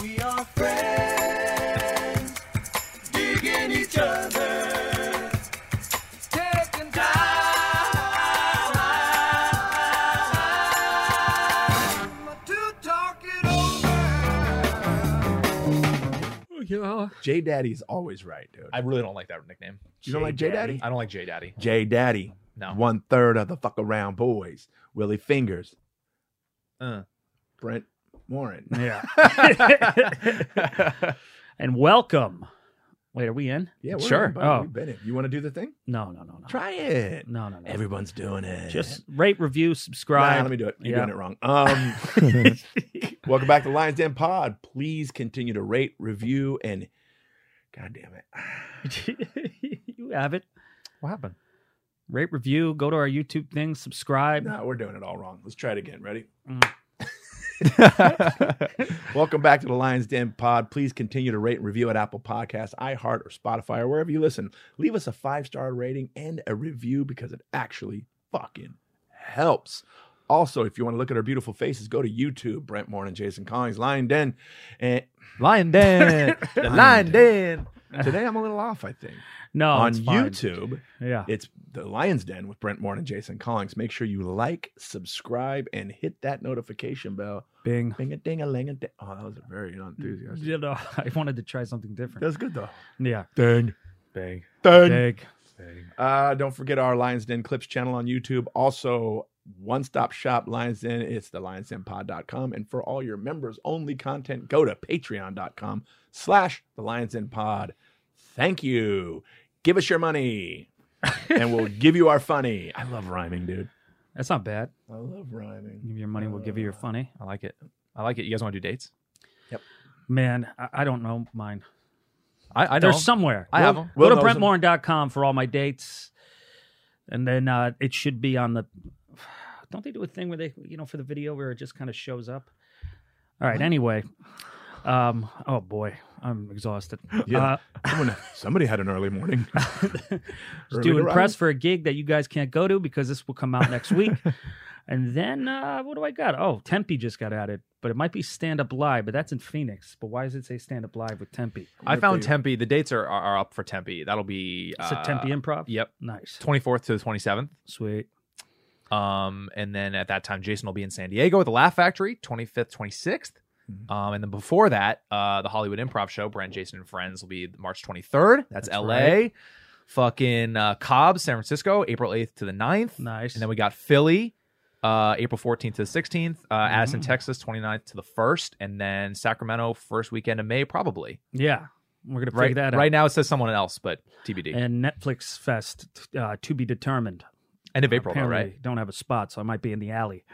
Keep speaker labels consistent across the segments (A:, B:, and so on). A: We are friends, digging each other, taking time to talk it over.
B: You know,
C: J Daddy's always right, dude.
B: I really don't like that nickname.
C: you don't like J Daddy?
B: I don't like J Daddy.
C: J Daddy.
B: No.
C: One third of the fuck around boys. Willie Fingers.
B: Uh.
C: Brent Warren.
D: Yeah. and welcome. Wait, are we in?
C: Yeah,
B: Sure.
C: in, bud.
D: Oh.
C: We've been in. You want to do the thing?
D: No, no, no, no.
C: Try it.
D: No, no, no.
C: Everyone's doing it.
D: Just rate, review,
C: Nah,
D: subscribe.
C: let me do it. You're
D: Yeah.
C: doing it wrong. Um, welcome back to Lions Den Pod. Please continue to rate, review, and God damn it,
D: you have it.
B: What happened?
D: Rate, review, go to our YouTube thing, subscribe.
C: no, we're doing it all wrong. Let's try it again. Ready?
D: Mm.
C: Welcome back to the Lions Den Pod. Please continue to rate and review at Apple Podcasts, iHeart, or Spotify, or wherever you listen. Leave us a five star rating and a review because it actually fucking helps. Also, if you want to look at our beautiful faces, go to YouTube, Brent Moore and Jason Collins, Lion Den. And
B: Lion Den. the Lion Den.
C: today I'm a little off, I think.
D: No,
C: On
D: Oh, it's fine.
C: YouTube,
D: Yeah.
C: it's the Lions Den with Brent Moore and Jason Collins. Make sure you like, subscribe, and hit that notification bell.
D: Bing.
C: Ding a ding a ling a ding. Oh, that was very unenthusiastic.
D: You know, I wanted to try something different.
C: That's good though.
D: Yeah.
C: Ding.
B: Big.
C: Ding.
D: Big.
B: Big.
C: Uh, don't forget our Lions Den Clips channel on YouTube. Also, one stop shop Lions Den. It's the lionsdenpod.com. And for all your members only content, go to patreon.com slash the Lions Den Pod. Thank you. Give us your money and we'll give you our funny. I love rhyming, dude.
D: That's not bad.
C: I love rhyming.
D: Give your money, we'll give you your funny.
B: I like it. I like it. You guys want to do dates?
D: Man, I, I don't know mine.
B: I, I know.
D: They're somewhere.
B: I have 'em.
D: Go to
C: Will knows 'em.
D: brentmorin.com for all my dates. And then uh, it should be on the. Don't they do a thing where they, you know, for the video where it just kind of shows up? All right. Anyway. Um, oh, boy. I'm exhausted.
C: Yeah.
D: Uh,
C: Someone, somebody had an early morning. Early
D: doing
C: to
D: press for a gig that you guys can't go to because this will come out next week. and then uh, what do I got? Oh, Tempe just got added, but it might be Stand Up Live, but that's in Phoenix. But why does it say Stand Up Live with Tempe?
B: I found
C: Tempe.
B: Tempe. The dates are, are, are up for Tempe. That'll be. uh,
D: It's a Tempe improv.
B: Yep.
D: Nice.
B: 24th to the 27th.
D: Sweet.
B: Um, and then at that time, Jason will be in San Diego at the Laugh Factory, 25th, 26th.
C: Mhm.
B: Um, and then before that, uh, the Hollywood Improv Show, Brent, Jason, and Friends will be March 23rd. That's, LA. Fucking uh, Cobb, San Francisco, April 8th to the 9th.
D: Nice.
B: And then we got Philly, uh, April 14th to the 16th, uh,
D: Mm-hmm.
B: Addison, Texas, 29th to the 1st, and then Sacramento, first weekend of May, probably.
D: yeah. We're going to figure
B: Right,
D: that out.
B: right now it says someone else, but TBD.
D: And
B: And,
D: Netflix Fest uh, to be determined.
B: End of April, though,
D: Apparently,
B: right?
D: Don't have a spot, so I might be in the alley.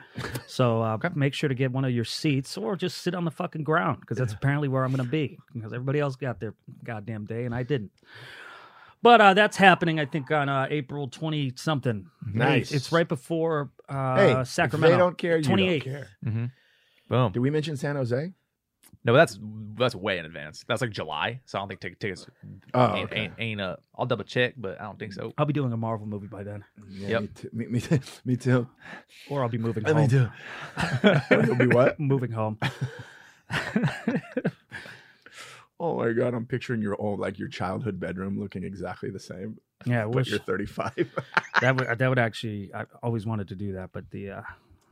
D: so uh, make sure to get one of your seats, or just sit on the fucking ground because that's apparently where I'm going to be. Because everybody else got their goddamn day and I didn't. But uh, that's happening, I think, on uh, April twenty something.
C: Nice.
D: It's right before uh,
C: Hey, if
D: Sacramento.
C: They don't care. You don't
D: 28th.
C: care.
B: Boom.
C: Did we mention San Jose?
B: No, that's that's way in advance. That's like July, so I don't think tick- tickets
C: Oh,
B: ain't,
C: okay.
B: ain't, ain't a. I'll double check, but I don't think so.
D: I'll be doing a Marvel movie by then,
C: Yeah,
B: Yep.
C: me, too, me, me, too- me too.
D: or I'll be moving
C: Let me
D: home.
C: do. It'll be what?
D: moving home.
C: Oh my god, I'm picturing your old like your childhood bedroom looking exactly the same,
D: Yeah, I
C: but
D: wish
C: you're 35.
D: that would uh, that would actually. I always wanted to do that, but the uh,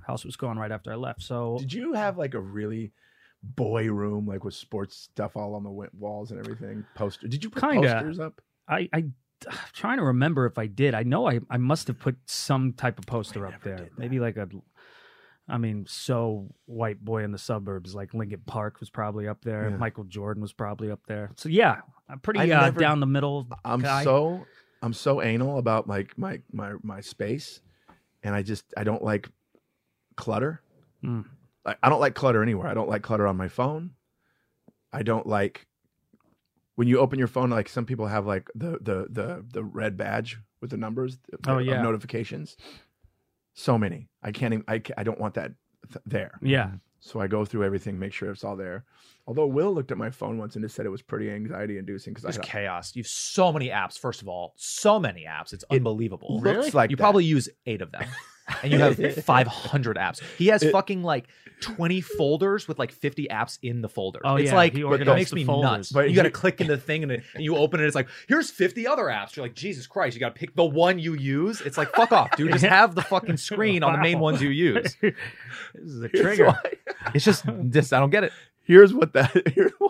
D: house was gone right after I left. So
C: Did you have like a really boy room like with sports stuff all on the wi- walls and everything? Poster? Did you put
D: Kinda.
C: posters up?
D: I, I am trying to remember if I did. I know I, I must have put some type of poster up
C: never
D: there.
C: did that.
D: Maybe like a I mean, so white boy in the suburbs, like Lincoln Park was probably up there.
C: Yeah.
D: Michael Jordan was probably up there. So yeah, I'm pretty
C: I
D: uh,
C: never-
D: down the middle.
C: I'm
D: guy.
C: so I'm so anal about like my my my space, and I just I don't like clutter.
D: Mm.
C: Like I don't like clutter anywhere. I don't like clutter on my phone. I don't like when you open your phone. Like some people have like the the the the red badge with the numbers.
D: Oh,
C: of
D: yeah.
C: notifications. So many. I can't. Even, I ca- I don't want that th- there.
D: Yeah.
C: So I go through everything, make sure it's all there. Although Will looked at my phone once and just said it was pretty anxiety inducing because I
B: There's
C: had a
B: chaos. You have so many apps. First of all, so many apps. It's unbelievable.
C: looks like
B: you
C: that.
B: probably use eight of them. and you have 500 apps. He has fucking like 20 folders with like 50 apps in the folder.
D: Oh,
B: it's
D: yeah,
B: like
D: he
B: it
D: organized
B: makes
D: the
B: me
D: folders.
B: nuts.
C: But
B: you got to
C: he-
B: click in the thing and, it, and you open it. It's like here's 50 other apps. You're like Jesus Christ. You got to pick the one you use. It's like fuck off, dude. Just have the fucking screen on the main
D: Wow.
B: ones you use.
D: this is a
C: Here's
D: trigger.
C: why-
B: It's just this. I don't get it.
C: Here's what that. Here's why,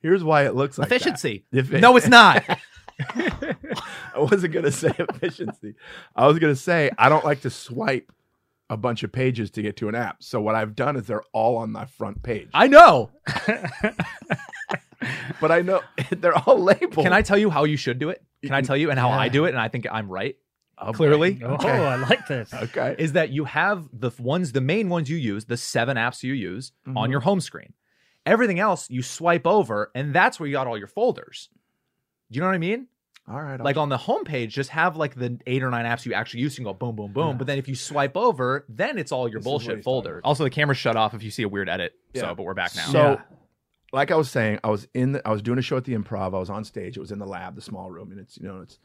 C: here's why it looks like that.
B: Efficiency.
C: If it-
B: No, it's not.
C: I wasn't gonna say efficiency. I was gonna say I don't like to swipe a bunch of pages to get to an app. So what I've done is they're all on my front page.
B: I know.
C: but I know they're all labeled.
B: Can I tell you how you should do it? Can I tell you and how I
C: Yeah.
B: do it? And I think I'm right.
C: Oh,
B: clearly.
C: boy.
D: Oh,
C: Okay.
D: I like this.
C: Okay.
B: is that you have the f- ones, the main ones you use, the seven apps you use on
C: Mhm.
B: your home screen. Everything else you swipe over, and that's where you got all your folders. Do you know what I mean?
C: all right. I'll-
B: Like on the homepage, just have like the eight or nine apps you actually use and go boom, boom, boom.
C: Yeah.
B: But then if you swipe over, then it's all your
C: This is what
B: bullshit
C: he's talking
B: folder.
C: about.
B: Also, the camera shut off if you see a weird edit.
C: Yeah.
B: So, but we're back now.
C: So,
D: Yeah.
C: like I was saying, I was in. The, I was doing a show at the Improv. I was on stage. It was in the lab, the small room, and it's you know it's,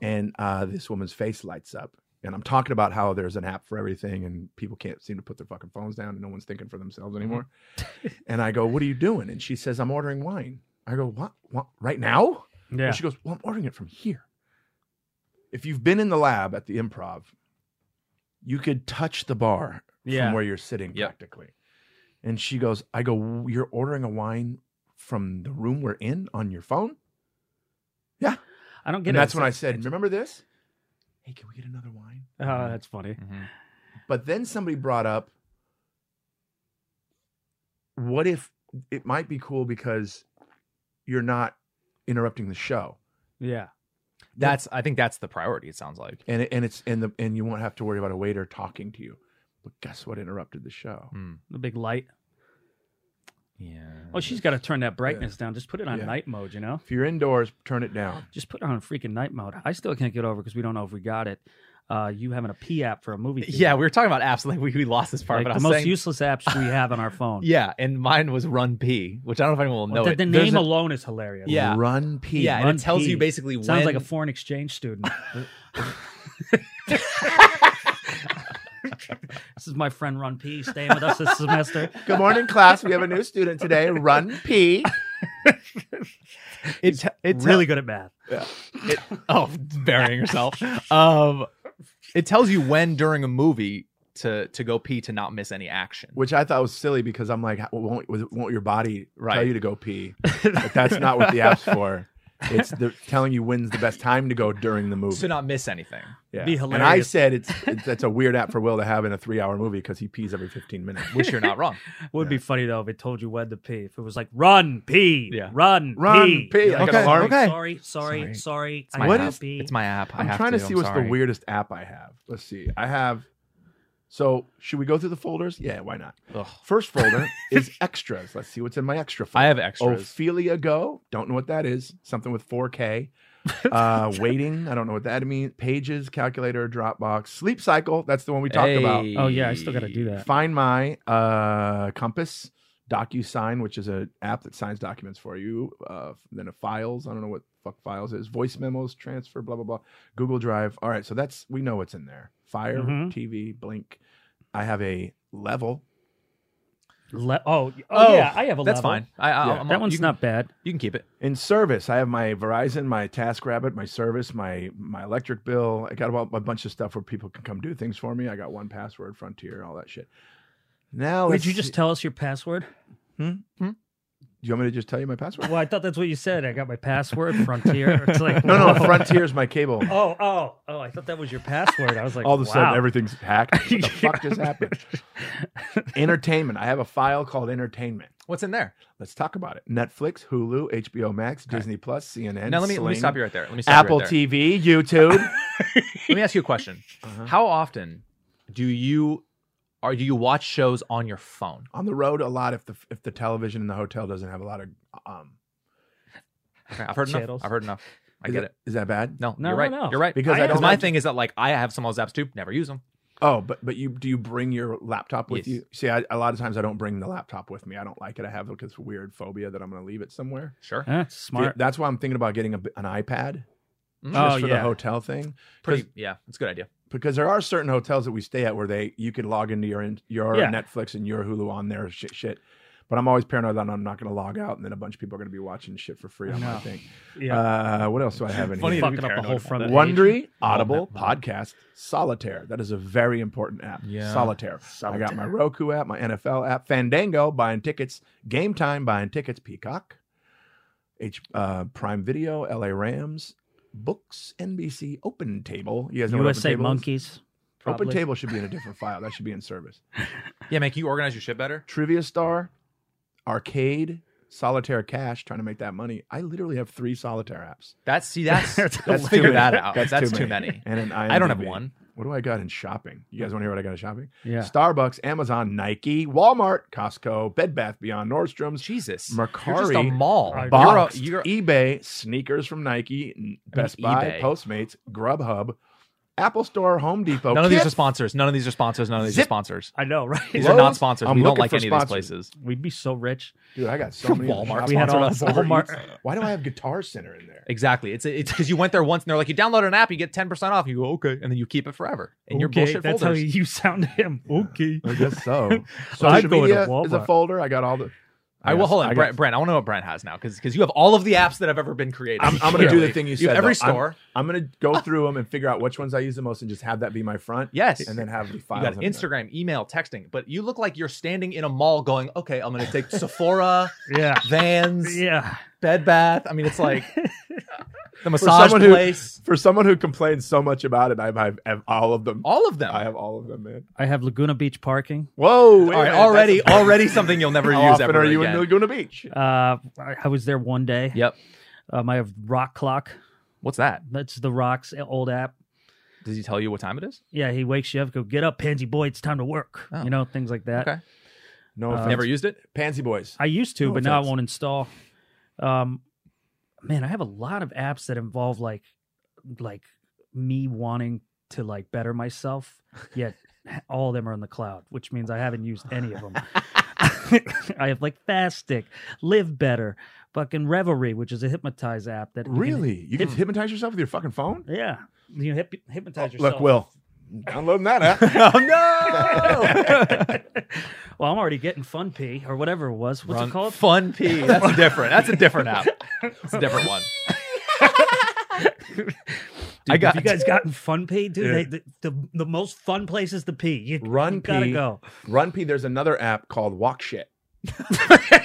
C: and uh, this woman's face lights up, and I'm talking about how there's an app for everything, and people can't seem to put their fucking phones down, and no one's thinking for themselves
D: Mm-hmm.
C: anymore. and I go, "What are you doing?" And she says, "I'm ordering wine." I go, "What? What? Right now?"
D: Yeah.
C: And she goes, Well, I'm ordering it from here. If you've been in the lab at the improv, you could touch the bar
D: Yeah.
C: from where you're sitting
B: Yep.
C: practically. And she goes, I go, You're ordering a wine from the room we're in on your phone?
D: I don't get
C: And
D: it.
C: that's when I said, Remember this? Hey, can we get another wine?
D: Oh, that's funny.
B: Mhm.
C: But then somebody brought up, what if it might be cool because you're not interrupting the show?
D: Yeah.
B: that's, I think that's the priority, it sounds like.
C: and it, and it's and the and you won't have to worry about a waiter talking to you. But guess what interrupted the show?
B: Mm.
D: The big light.
B: Yeah.
D: Oh, she's got to turn that brightness down. Just put it on
C: Yeah.
D: night mode, you know?
C: If you're indoors, turn it down.
D: Just put it on freaking night mode. I still can't get over because we don't know if we got it. Uh, you having a P app for a movie. theater.
B: Yeah, we were talking about apps. Like, we, we lost this part,
D: Like,
B: but I
D: the
B: was
D: most
B: saying,
D: useless apps we have on our phone.
B: Yeah, and mine was Run P, which I don't know if anyone will know.
D: Well, the,
B: it.
D: the
B: There's
D: name
B: a-
D: alone is hilarious.
B: Yeah.
C: Run P.
B: Yeah,
D: Run
B: and it tells
D: P.
B: you basically
D: Sounds
B: when.
D: like a foreign exchange student. this is my friend Ron P. Staying with us this semester.
C: Good morning, class. We have a new student today. Run P.
B: it, te- it te-
D: really good at math.
B: oh burying herself. um, it tells you when during a movie to to go pee to not miss any action.
C: Which I thought was silly because I'm like, won't won't your body tell
B: Right.
C: you to go pee? But that's not what the app's for. It's the, telling you when's the best time to go during the movie.
B: To not miss anything.
C: yeah.
D: be
C: And I
D: hilarious.
C: said it's, it's that's a weird app for Will to have in a three hour movie because he pees every 15 minutes.
B: Which you're not wrong.
D: Would be funny though if it told you when to pee. If it was like run P,
B: Yeah.
D: run,
C: Run pee.
D: You're like,
C: Okay,
D: sorry,
C: okay.
D: sorry, sorry, sorry,
B: Sorry.
D: I
B: my
D: gotta
B: app.
D: pee.
B: It's my app. I
C: I'm
B: have
C: trying to,
B: I'm
C: see what's
B: sorry.
C: the weirdest app I have. Let's see. I have. So should we go through the folders? Yeah, why not?
B: Ugh.
C: First folder is extras. Let's see what's in my extra folder.
B: I have extras.
C: Ophelia Go. Don't know what that is. Something with 4K. Uh, waiting. I don't know what that means. Pages, calculator, Dropbox, sleep cycle. That's the one we talked about.
B: Hey.
D: Oh yeah, I still gotta do that.
C: Find my uh, compass. DocuSign, which is an app that signs documents for you. Uh, then a files. I don't know what fuck files is. Voice memos, transfer, blah blah blah. Google Drive. All right, so that's we know what's in there. Fire,
B: Mm-hmm.
D: Mhm.
C: TV, Blink. I have a level.
D: Le- oh, oh,
B: Oh,
D: yeah, I have a
B: That's
D: level.
B: fine. I, I, I'm-
D: That one's
B: you can,
D: not bad.
B: You can keep it.
C: In service, I have my Verizon, my TaskRabbit, my service, my my electric bill. I got about a bunch of stuff where people can come do things for me. I got one password, Frontier, all that shit. Now,
B: Oh,
D: Would
C: let's
D: you
C: see-
D: just tell us your password?
C: Do you want me to just tell you my password?
D: Well, I thought that's what you said. I got my password, Frontier. It's like
C: no, no,
D: whoa.
C: Frontier's my cable.
D: Oh, oh, oh! I thought that was your password. I was like,
C: all of a sudden
D: wow.
C: everything's hacked. What the fuck just happened? entertainment. I have a file called entertainment.
B: What's in there?
C: Let's talk about it. Netflix, Hulu, HBO Max, Disney Plus, CNN.
B: now let me let me
C: Sling,
B: stop you right there. Let me stop you
C: Apple
B: right there.
C: TV, YouTube.
B: Let me ask you a question.
C: Uh-huh.
B: How often do you are do you watch shows on your phone?
C: On the road a lot if the if the television in the hotel doesn't have a lot of um
B: Okay, I've heard
D: Channels.
B: enough. I've heard enough. I
C: is
B: get it.
C: Is that bad?
B: No,
D: No,
B: you're right.
D: no, no.
B: You're right.
C: Because
D: I I don't
C: don't
B: my
C: like-
B: thing is that like I have some of those apps too. Never use them.
C: Oh, but but you do you bring your laptop with
B: Yes.
C: you? See, I, a lot of times I don't bring the laptop with me. I don't like it. I have like this weird phobia that I'm going to leave it somewhere.
B: Sure.
D: Huh? smart.
C: That's why I'm thinking about getting a, an iPad
B: Mm.
C: just
D: Oh,
C: for the
D: yeah.
C: hotel thing.
B: Pretty. Yeah, it's a good idea.
C: because there are certain hotels that we stay at where they you could log into your your
D: Yeah.
C: Netflix and your Hulu on there shit shit. But I'm always paranoid that I'm not going to log out, and then a bunch of people are going to be watching shit for free
D: I
C: on my
D: know.
C: thing.
D: Yeah,
C: Uh, what else do I have in
B: Funny
C: here?
B: that we
D: fucking up the
B: paranoid
D: whole
B: about
D: front.
B: that. Oh,
D: page.
C: Wondry, Audible,
B: that one.
C: Podcast, Solitaire. That is a very important app.
B: Yeah.
C: Solitaire. I got my Roku app, my NFL app, Fandango, buying tickets, Game Time, buying tickets, Peacock, H uh, Prime Video, LA Rams, Books, NBC, Open Table. You guys know what
D: USA
C: Open Table is?
D: Monkeys. probably.
C: Open Table should be in a different file. That should be in service.
B: Yeah, man, can you organize your shit better?
C: Trivia Star, Arcade, Solitaire Cash, trying to make that money. I literally have three Solitaire apps.
B: That's see, that's,
D: That's
B: let's
D: too
B: figure
C: many.
B: that out.
C: That's
B: That's,
C: too
B: too
C: many.
B: many.
C: And an
B: I don't have
C: IMDb.
B: one.
C: What do I got in shopping? You guys want to hear what I got in shopping?
D: Yeah.
C: Starbucks, Amazon, Nike, Walmart, Costco, Bed Bath Beyond, Nordstrom's,
B: Jesus,
C: Mercari,
B: you're just a mall.
D: Right.
B: You're a-
C: Boxed,
B: you're-
C: eBay, sneakers from Nike, n- Best Buy,
B: eBay.
C: Postmates, Grubhub, Apple Store, Home Depot.
B: none of these
C: Kit-
B: are sponsors. None of these are sponsors. None of these
C: Zip.
B: are sponsors.
D: I know, right?
B: These
C: Lowe's?
B: are not sponsors.
C: I'm
B: we don't
C: looking
B: like
C: for
B: any of
C: sponsors.
B: these places.
D: We'd be so rich.
C: Dude, I got so many.
B: Walmart
C: shops
D: We had
C: sponsored
D: all
C: us.
D: the
C: Uber
D: Walmart-
C: Eats. Why do I have Guitar Center in there?
B: Exactly. It's it's because you went there once and they're like, you download an app, you get ten percent off. You go okay, and then you keep it forever in your
D: Okay,
B: bullshit
D: That's
B: folders.
D: how you sound to him. Okay.
C: I guess so.
D: I'd
C: Social
D: go to
C: media is a
D: Walmart.
C: folder. I got all the.
B: I will hold
C: I
B: on,
C: got-
B: Brent. Brent, I want to know what Brent has now because you have all of the apps that have ever been created.
C: I'm, I'm going to do the
B: Clearly.
C: thing you said.
B: You have every Ah.
C: though. I'm-
B: store.
C: I'm, going to go through them and figure out which ones I use the most, and just have that be my front.
B: Yes.
C: and then have the
B: You
C: files.
B: got
C: in there.
B: Instagram, email, texting, but you look like you're standing in a mall going, okay, I'm going to take Sephora,
D: Yeah.
B: Vans,
D: Yeah.
B: Bed Bath. I mean, it's like the massage
C: someone who-
B: place,
C: For someone who complains so much about it, I have, I have all of them.
B: all of them.
C: I have all of them, man.
D: I have Laguna Beach parking.
C: Whoa! wait a
B: all right,
C: minute,
B: already,
C: that's-
B: already something you'll never
C: How
B: use
C: often
B: ever
C: are you
B: again.
C: in Laguna Beach?
D: Uh, I I was there one day.
B: Yep.
D: Um, I have Rock Clock.
B: What's that?
D: That's the Rock's old app.
B: Does he tell you what time it is?
D: Yeah, he wakes you up, go get up, pansy boy, it's time to work.
B: Oh.
D: You know, things like that.
B: Okay.
C: No,
D: Uh,
C: offense.
B: Never used it?
C: Pansy Boys.
D: I used to,
C: No
D: but now it
C: offense.
D: won't install. Um, man, I have a lot of apps that involve like, like me wanting to like better myself. Yet all of them are in the cloud, which means I haven't used any of them. I have like Fast Stick, Live Better, fucking Revelry, which is a hypnotize app that you can-
C: Really? You can
B: Hmm.
C: hypnotize yourself with your fucking phone?
D: yeah, you hyp- hypnotize yourself.
C: Oh, Look, Will, downloading that
B: Oh,
C: app.
B: no!
D: well, I'm already getting Fun P or whatever it was. What's it called?
B: Fun P. That's different. That's a different app. It's a different one.
D: Dude,
B: I got-
D: have you guys gotten fun pee, dude.
C: Yeah.
D: They, the, the the most fun places to pee. You,
C: Run
D: you gotta
C: pee.
D: go.
C: Run P. There's another app called Walk Shit.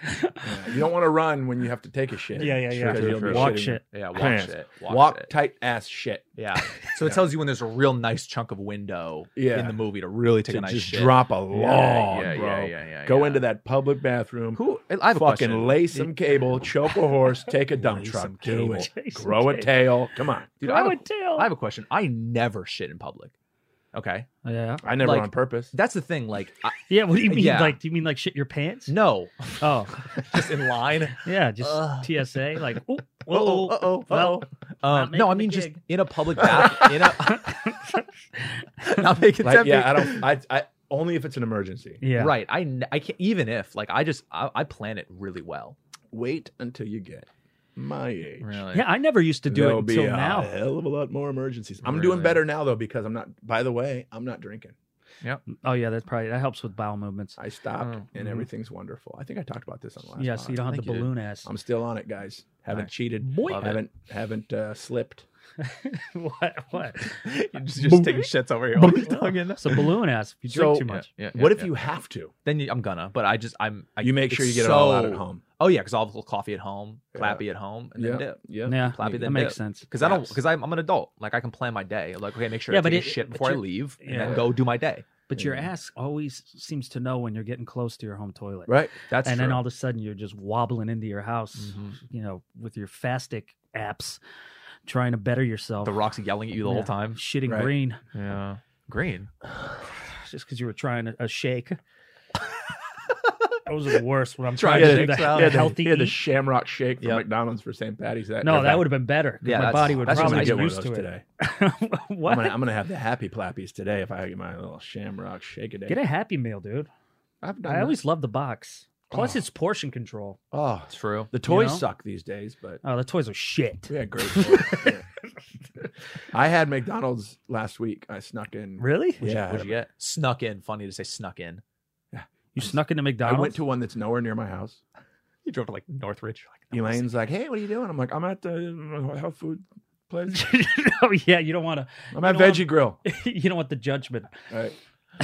C: Yeah, you don't want to run when you have to take a shit.
D: Yeah, yeah, yeah.
C: Because you'll be
D: Walk
C: shitting
D: shit.
B: Yeah,
C: your
B: walk
C: pants.
B: shit.
C: Walk,
B: Walk, shit.
C: tight ass shit.
B: Yeah. So it tells you when there's a real nice chunk of window
C: Yeah.
B: in the movie to really take
C: To
B: a nice
C: just
B: shit.
C: drop a
B: Yeah,
C: log,
B: yeah,
C: bro.
B: yeah, yeah, yeah,
C: Go
B: yeah.
C: into that public bathroom.
B: Who? I have a
C: fucking
B: question.
C: lay some cable, choke a horse, take a dump
B: Lay
C: truck,
B: some
C: do it,
D: cable. Jason
C: grow a
D: Tate.
C: tail. Come on,
B: Dude, I
D: I
B: have, a,
D: would tell.
B: I have a question. I never shit in public. Okay,
D: yeah.
C: I never
B: Like-
C: on purpose.
B: that's the thing. Like, I,
D: Yeah. What do you mean?
B: Yeah.
D: Like, do you mean like shit your pants?
B: no,
D: Oh,
B: just in line.
D: yeah. Just
B: Ugh.
D: TSA. Like, oh,
B: Uh. Uh-oh,
D: oh,
B: uh-oh,
D: well,
B: Um,
D: making
B: no, I
D: the
B: mean just
D: gig.
B: in a public bath. In a, not making
C: Like,
B: tempting.
C: yeah, I don't. I, I only if it's an emergency.
D: yeah.
B: Right. I, n- I can't. Even if like I just I, I plan it really well.
C: Wait until you get my age.
D: Yeah. I never used to do
C: There'll
D: it
C: be
D: until
C: a
D: now.
C: hell of a lot more emergencies. I'm doing
B: Really?
C: better now though because I'm not. By the way, I'm not drinking.
D: Oh yeah, that's probably that helps with bowel movements.
C: I stopped
B: Oh,
C: and
B: mhm.
C: everything's wonderful. I think I talked about this on the last.
D: mm-hmm. Yeah. So you don't have the
B: Thank you, dude. Um,
D: balloon ass.
C: I'm still on it, guys. Haven't
B: Alright.
C: cheated.
B: Boy. Love it.
C: haven't haven't uh, slipped.
D: what? What?
B: You're just, just taking shits over your own tongue in.
D: It's a balloon ass. If you drink
C: So-
D: too
B: Yeah,
D: much.
B: yeah,
C: what
B: yeah,
C: if
B: yeah.
C: you have to?
B: Then you, I'm gonna, but I just I'm. I,
C: You make sure
B: it's
C: you get it all out
B: so-
C: at home.
B: Oh yeah, because I'll have a little coffee at home,
C: Yeah.
B: clappy at home, and then dip.
C: yeah.
D: Yeah.
B: Clappy
D: That
B: then
D: makes
B: dip.
D: sense.
B: Because I don't,
C: Yes.
B: because I'm, I'm an adult. Like I can plan my day. Like okay, make sure
D: Yeah,
B: I
D: but
B: take a
D: it-
B: shit
D: but
B: before I
D: you're-
B: leave, and
D: yeah.
B: then go do my day.
D: But your
C: Yeah.
D: ass always seems to know when you're getting close to your home toilet.
C: Right.
B: That's
D: and
B: true.
D: then all of a sudden you're just wobbling into your house,
C: Mm-hmm.
B: Mhm.
D: you know, with your fastic apps, trying to better yourself.
B: the rocks yelling at you the
D: Yeah.
B: whole time.
D: shitting
C: Right.
D: green
B: Yeah, green.
D: just because you were trying a, a shake. Those are the worst. When I'm
B: Try
D: trying
B: to
D: to do
B: shake
D: the,
B: salad.
D: the
B: Yeah,
C: the-
D: healthy.
C: yeah, the
D: eat.
C: Shamrock Shake from
B: Yep.
C: McDonald's for St. Patty's. That,
D: no, that would have been better. 'cause
B: Yeah,
D: my
B: that's-
D: body would
B: that's just
D: probably
B: ideal
D: get
B: for
D: used to it.
C: today. I'm
D: what?
C: gonna, I'm gonna have the happy plappies today if I get my little Shamrock Shake a day.
D: Get a happy meal, dude.
C: I've done
D: I
C: that.
D: always love the box. Plus,
C: Oh.
D: it's portion control.
C: oh
B: It's true.
C: the toys
D: know?
C: suck these days, but
D: Oh, the toys are shit.
C: we had great. toys. Yeah. I had McDonald's last week. I snuck in.
D: Really?
B: What'd you-
C: Yeah.
B: what'd you get? Snuck in. Funny to say snuck in.
D: You snuck into
C: I
D: McDonald's?
C: went to one that's nowhere near my house.
B: You drove to like Northridge. Like,
C: Elaine's like, "Hey, what are you doing?" I'm like, "I'm at the uh, health food place.
D: oh yeah, you don't want
C: I'm at
D: know what?
C: Veggie Grill."
D: to. you don't want the judgment.
C: All right.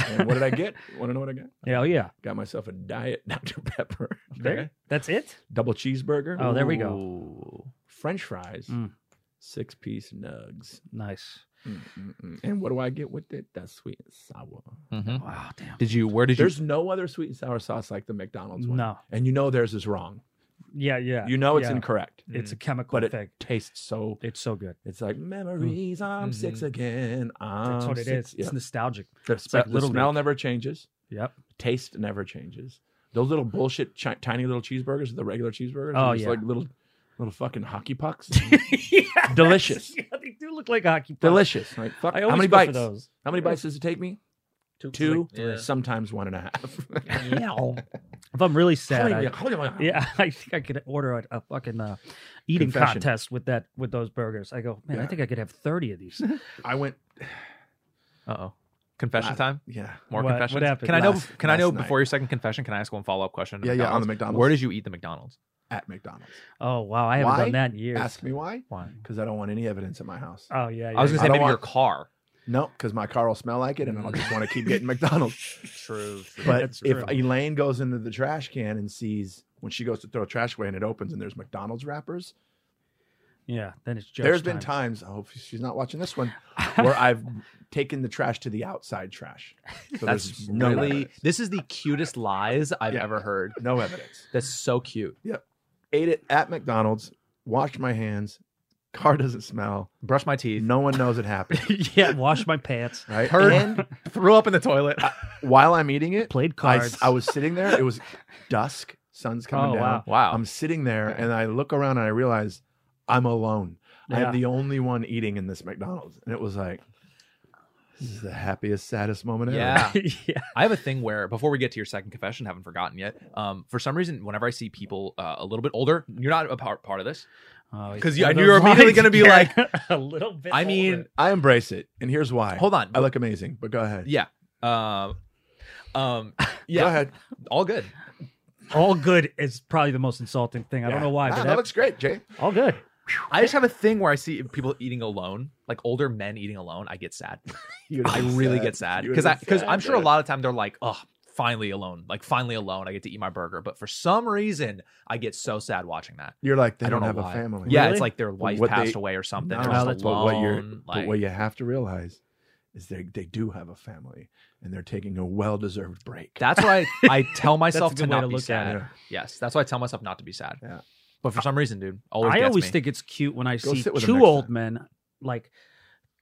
C: And what did I get? Want to know what I got?
D: Yeah, oh, yeah.
C: Got myself a diet Dr Pepper,
D: There. That's it.
C: double cheeseburger,
D: Oh, there we go.
B: Ooh.
C: French fries,
D: Mm.
C: six piece nugs.
D: Nice.
C: Mm, mm, mm. And what do I get with it? That's sweet and sour.
B: Mhm.
D: Wow, damn.
B: Did you? Where did
C: There's no other sweet and sour sauce like the McDonald's one.
D: No.
C: And you know theirs is wrong.
D: Yeah, yeah.
C: You know it's
D: yeah.
C: incorrect.
D: It's a chemical
C: but it
D: thing.
C: tastes so.
D: It's so good.
C: It's like memories. I'm six
B: Mhm.
C: again. I'm
D: Mm-hmm. That's what it
C: six.
D: is. It's
C: Um, Yeah.
D: nostalgic.
C: The, spe-
D: like
C: the
D: Little
C: smell
D: League.
C: never changes.
D: Yep.
C: Taste never changes. Those little bullshit chi- tiny little cheeseburgers, the regular cheeseburgers,
D: Oh,
C: are just
D: yeah.
C: like little little fucking hockey pucks.
D: yeah,
C: Delicious.
D: Yeah, they do look like hockey. pucks.
C: Delicious. Like fuck.
D: I
C: How
D: always
C: many
D: go for
C: bites?
D: those.
C: How many bites does it take me?
D: Two.
C: Two,
B: Yeah.
C: sometimes one and a half.
D: If I'm really sad, I,
C: yeah.
D: yeah, I think I could order a, a fucking uh, eating
C: Confession.
D: contest with that with those burgers. I go, man, I
C: Yeah.
D: think I could have thirty of these.
C: I went.
B: Uh oh. Confession
C: Last-
B: time.
C: Yeah.
B: More
D: What- what
B: confessions.
D: happened?
B: Can I know?
C: Last-
B: can I know
C: last
B: before your second confession? Can I ask one follow up question? to
C: Yeah, yeah, on the McDonald's.
B: Where did you eat the McDonald's?
C: At McDonald's.
D: Oh wow, I haven't
C: Why?
D: done that in years.
C: Ask me why?
B: Why?
C: Because I don't want any evidence at my house.
D: Oh yeah, yeah.
B: I was
D: yeah.
C: I
B: gonna say
C: don't
B: maybe
C: want-
B: your car.
C: No, because my car will smell like it, and I'll just want to keep getting McDonald's.
B: True.
C: But
D: That's
C: if
D: true.
C: Elaine goes into the trash can and sees when she goes to throw trash away and it opens and there's McDonald's wrappers,
D: yeah. Then it's judge
C: there's
D: time.
C: been times I hope she's not watching this one where I've taken the trash to the outside trash. So
B: That's
C: there's no
B: really.
C: evidence.
B: This is the cutest lies I've
C: Yeah.
B: ever heard.
C: no evidence.
B: That's so cute.
C: Ate it at McDonald's. Washed my hands. Car doesn't smell.
B: Brush my teeth.
C: No one knows it happened.
D: yeah, wash my pants.
C: Right.
B: Heard-
C: And
B: Threw up in the toilet.
C: while I'm eating it,
D: Played
C: I,
D: cards.
C: I was sitting there. It was dusk. Sun's coming
D: Oh,
C: down.
D: wow.
B: Wow.
C: I'm sitting there and I look around and I realize I'm alone.
D: Yeah.
C: I'm the only one eating in this McDonald's. And it was like, this is the happiest, saddest moment ever.
B: yeah.
D: yeah.
B: I have a thing where before we get to your second confession, haven't forgotten yet. Um, for some reason, whenever I see people uh, a little bit older, you're not a part, part of this.
D: Oh, it's
B: 'Cause you-
D: one
B: I
D: of
B: knew you were
D: those
B: immediately
D: lines
B: gonna be
D: where-
B: like-
D: a little bit.
B: I mean,
C: I embrace it. And here's why.
B: hold on.
C: I look amazing, but go ahead.
B: yeah. Um, um,
C: Go
B: yeah.
C: ahead.
B: All good.
D: all good is probably the most insulting thing. I don't know why,
C: Ah,
D: but
C: that
D: that-
C: looks great, Jay.
D: all good.
B: I just have a thing where I see people eating alone, like older men eating alone. I get sad. I really get sad
C: You would've
B: because I
C: been
B: because I'm
C: sad,
B: sure a
C: dude.
B: lot of time they're like, oh, finally alone, like finally alone. I get to eat my burger, but for some reason, I get so sad watching that.
C: You're like, they
B: I
C: don't,
B: don't, know
C: have
B: why.
C: a family.
B: Yeah,
D: Really?
B: it's like their wife
C: what they-
B: passed away or something.
C: No,
B: they're just
D: that's
B: alone.
C: but what you're-
B: like,
C: but what you have to realize is they they do have a family and they're taking a well deserved break.
B: That's why I, I tell myself
D: a
B: to
D: good way
B: not
D: to
B: be
D: look at
B: sad.
C: it.
B: Yes, that's why I tell myself not to be sad.
C: Yeah.
B: But for some reason, dude, always
D: I
B: gets
D: always
B: me.
D: think it's cute when I
C: Go
D: see
C: sit with 'em
D: two
C: next
D: old
C: time.
D: men like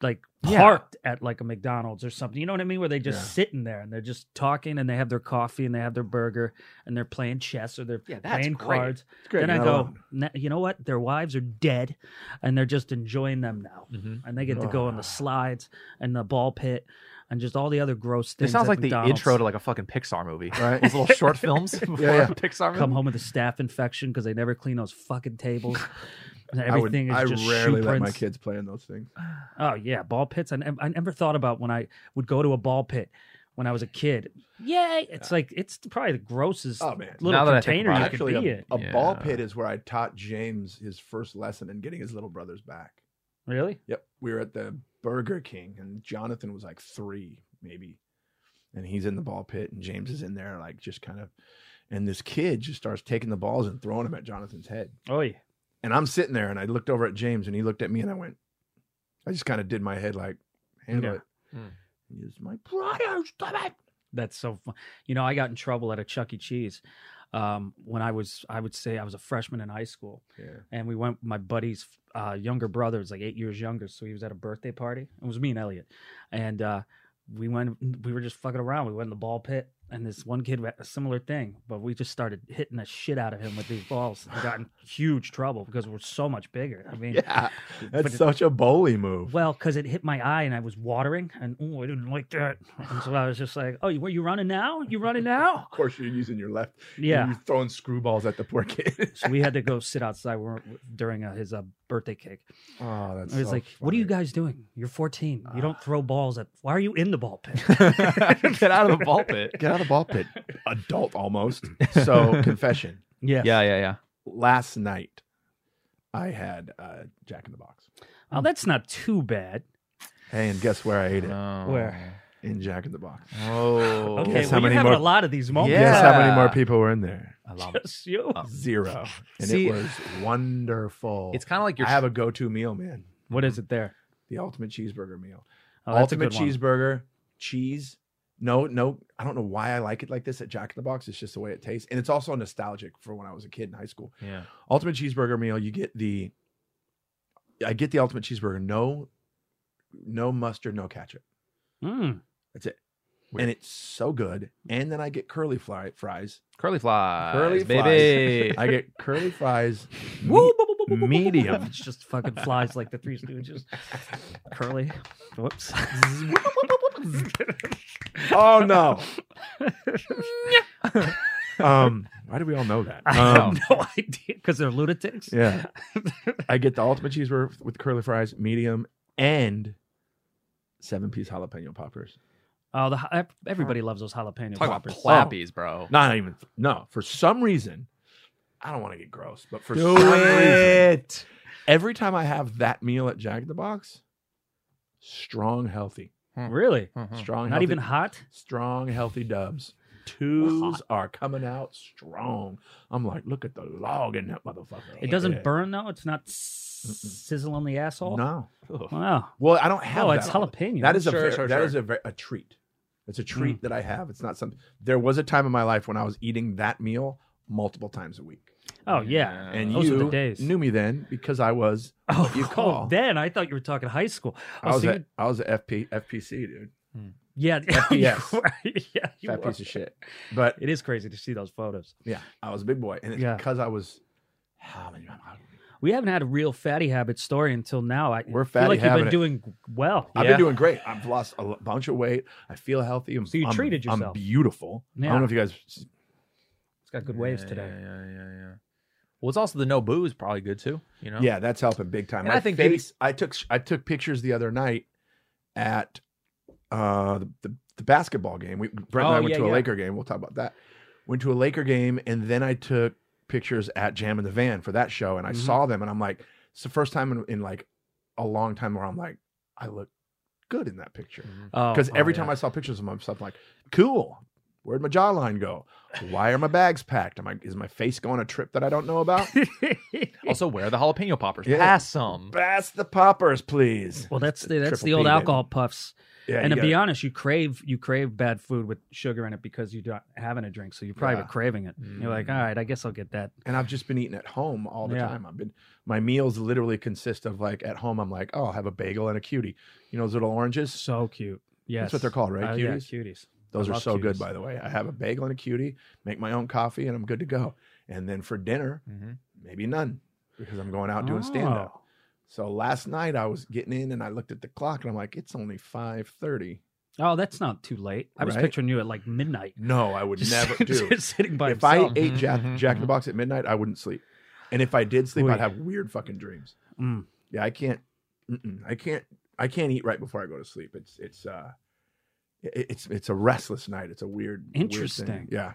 D: like
B: Yeah.
D: parked at like a McDonald's or something. You know what I mean? Where they just
C: Yeah.
D: sitting there and they're just talking and they have their coffee and they have their burger and they're playing chess or they're
B: Yeah, that's
D: playing
B: great.
D: cards.
C: It's great.
D: then I
C: You're not
D: go,
C: alone.
D: "Nah, you know what? Their wives are dead and they're just enjoying them now.
B: Mhm.
D: And they get to go on
C: Ah.
D: the slides and the ball pit and just all the other gross things.
B: It sounds
D: at
B: like the
D: McDonald's.
B: intro to like a fucking Pixar movie.
C: Right.
B: Those little short films before
C: yeah.
B: a Pixar movie.
D: come home with a staph infection because they never clean those fucking tables. And
C: I would-
D: everything
C: I
D: is just
C: rarely
D: shoe
C: let my
D: prints.
C: kids play in those things.
D: Oh yeah, ball pits. I, ne- I never thought about when I would go to a ball pit when I was a kid. Yay! It's like it's probably the grossest
C: Oh, man.
D: little
B: Now that I think
D: container
B: about
D: you
B: it.
D: could be
C: Actually, a,
D: in.
C: a ball
B: Yeah.
C: pit is where I taught James his first lesson in getting his little brothers back.
D: Really?
C: Yep. We were at the Burger King, and Jonathan was like three, maybe. And he's in the ball pit, and James is in there, like just kind of. And this kid just starts taking the balls and throwing them at Jonathan's head.
D: Oh yeah.
C: And I'm sitting there, and I looked over at James, and he looked at me, and I went, I just kind of did my head like, handle
D: Yeah.
C: it.
B: Mm.
C: And He was my brother, stop it.
D: That's so fun. You know, I got in trouble at a Chuck E. Cheese um, when I was, I would say, I was a freshman in high school,
C: Yeah.
D: and we went. My buddy's uh, younger brother was like eight years younger, so he was at a birthday party. It was me and Elliot, and uh, we went. We were just fucking around. We went in the ball pit, and this one kid had a similar thing, but we just started hitting the shit out of him with these balls. and got in huge trouble because we're so much bigger. I mean,
C: Yeah. That's
D: But-
C: such a bully move.
D: well, because it hit my eye and I was watering, and oh, I didn't like that. And so I was just like, "Oh, you, were you running now? You running now?"
C: Of course, you're using your left.
D: Yeah.
C: You're throwing screwballs at the poor kid.
D: So we had to go sit outside we were- during uh, his uh, birthday cake.
C: Oh,
D: It's
C: that's.
D: was
C: so
D: like, what are you
C: funny. Ah.
D: guys doing? You're 14. You don't throw balls at. Why are you in the ball pit?
B: Get out of the ball pit.
C: Get out of the ball pit. Adult almost. So confession.
D: yes.
B: Yeah, yeah, yeah.
C: Last night, I had uh, Jack in the Box.
D: Oh, that's not too bad.
C: Hey, and guess where I ate it?
B: Oh.
D: Where?
C: In Jack in the Box.
B: Oh.
D: Okay,
C: Guess how
D: well, you're
C: many
D: having
C: more-
D: a lot of these moments.
C: Guess how many
B: Yeah.
C: more people were in there?
B: I love it.
D: Just you.
C: Zero. And
B: See-
C: it was wonderful.
B: It's kind of like
C: I
B: your
C: have a go-to meal, man.
D: What is it there?
C: The ultimate cheeseburger meal.
D: Oh, that's a
C: ultimate
D: good one.
C: cheeseburger, cheese. No, no, I don't know why I like it like this at Jack in the Box. It's just the way it tastes, and it's also nostalgic for when I was a kid in high school.
B: yeah.
C: Ultimate cheeseburger meal, you get the. I get the ultimate cheeseburger. No, no mustard, no ketchup.
D: Mm.
C: That's it.
B: Weird.
C: And it's so good. And then I get curly fly fries.
B: Curly flies.
C: Curly
B: baby.
C: I get curly fries.
D: Woo,
C: meat-
D: boo, boo, boo, boo, boo, boo, boo.
C: medium.
D: It's just fucking flies like the Three Stooges. Curly. Whoops.
C: oh no. um, why do we all know that?
D: I
C: Um,
D: have no idea because they're lunatics.
C: yeah. I get the ultimate cheeseburger with curly fries, medium, and seven piece jalapeno poppers.
D: Oh, the, ha- everybody loves those jalapeno
B: Talk about
D: poppers.
B: plappies, bro.
C: Not even no. For some reason, I don't want to get gross, but for
B: Do
C: some reason,
B: it.
C: every time I have that meal at Jack in the Box, strong healthy,
D: Really?
B: Uh-huh.
C: strong,
D: Hmm. Not
C: healthy-
D: even hot?
C: strong healthy dubs. Twos are coming out strong. I'm like, look at the log in that motherfucker.
D: It doesn't
C: Yeah.
D: burn though. It's not sizzle on the asshole.
C: No.
D: Wow.
C: Well, I don't have.
D: Oh,
C: that
D: it's
C: all the-
D: jalapeno.
C: That is a
B: Sure,
C: ver-
B: sure,
C: that
B: sure.
C: is a, ver- a treat. It's
D: Hmm.
C: a treat that I have. It's not something. There was a time in my life when I was eating that meal multiple times a week,
D: Oh yeah.
B: Yeah.
C: and
D: Those are
C: you
D: the days.
C: knew me then because I was
D: Oh,
C: you call.
D: Then I thought you were talking high school.
C: I
D: Oh,
C: was
D: so
C: at,
D: you-
C: I was at FP, FPC dude,
D: yeah.
C: FPS.
D: you were- yeah. you
C: fat
D: were.
C: piece of shit. But
D: It is crazy to see those photos.
C: yeah, I was a big boy, and it's
D: Yeah.
C: because I was. How many?
D: We haven't had a real fatty habit story until now. I
C: We're
D: feel
C: fatty
D: like you've been
C: habit.
D: doing well.
C: I've
B: Yeah.
C: been doing great. I've lost a l- bunch of weight. I feel healthy. I'm,
D: So you
C: I'm-
D: treated
C: I'm
D: yourself.
C: beautiful. I
D: Yeah.
C: don't know if you guys.
D: It's got good waves
B: Yeah,
D: today.
B: Yeah, yeah, yeah, yeah. Well, it's also the no boo is probably good too. You know.
C: Yeah, that's helping big time.
B: And
C: My
B: I think
C: face. I took I took pictures the other night at uh the, the, the basketball game. We Brett and
B: Oh,
C: I went
B: yeah,
C: to a
B: yeah.
C: Laker game. We'll talk about that. Went to a Laker game and then I took pictures at Jam in the Van for that show. And I
D: Mhm.
B: Mm-hmm.
C: saw them and I'm like, it's the first time in, in like a long time where I'm like, I look good in that picture.
B: Mm-hmm.
D: Oh,
B: Oh,
C: Because every time I saw pictures of myself, I'm like, cool. Where'd my jawline go? Why are my bags packed? Am I is my face going on a trip that I don't know about?
D: Oh,
B: Also, wear the jalapeno poppers.
C: Yeah.
B: Pass some.
C: Pass the poppers, please.
D: well, that's the that's
C: Triple
D: the old
C: P, baby.
D: alcohol puffs.
C: Yeah,
D: and
C: you
D: to
C: gotta-
D: be honest, you crave you crave bad food with sugar in it because you're not having a drink, so you probably
C: Yeah. Mm.
D: were craving it. You're like, all right, I guess I'll get that.
C: and I've just been eating at home all the
D: Yeah.
C: time. I've been my meals literally consist of like at home. I'm like, oh, I'll have a bagel and a cutie. You know those little oranges?
D: So cute. Yes.
C: That's what they're called, right?
D: Oh,
C: cuties.
D: yeah, cuties.
C: Those
D: I
C: are
D: love
C: so good,
D: cuties.
C: by the way. I have a bagel and a cutie, make my own coffee, and I'm good to go. And then for dinner,
B: Mhm.
C: maybe none because I'm going out doing
D: Oh.
C: stand up. So last night I was getting in and I looked at the clock and I'm like, it's only five thirty.
D: Oh, that's not too late. I was
C: Right?
D: picturing you at like midnight.
C: No, I would
D: Just,
C: never do.
D: just sitting by
C: if
D: yourself.
C: I ate Jack,
B: Mhm,
C: Jack in the Box at midnight, I wouldn't sleep. And if I did sleep,
D: Oy.
C: I'd have weird fucking dreams.
D: Mm.
C: Yeah, I can't. Mm-mm, I can't. I can't eat right before I go to sleep. It's it's uh, it- it's it's a restless night. It's a weird. weird thing.
D: Interesting.
C: yeah.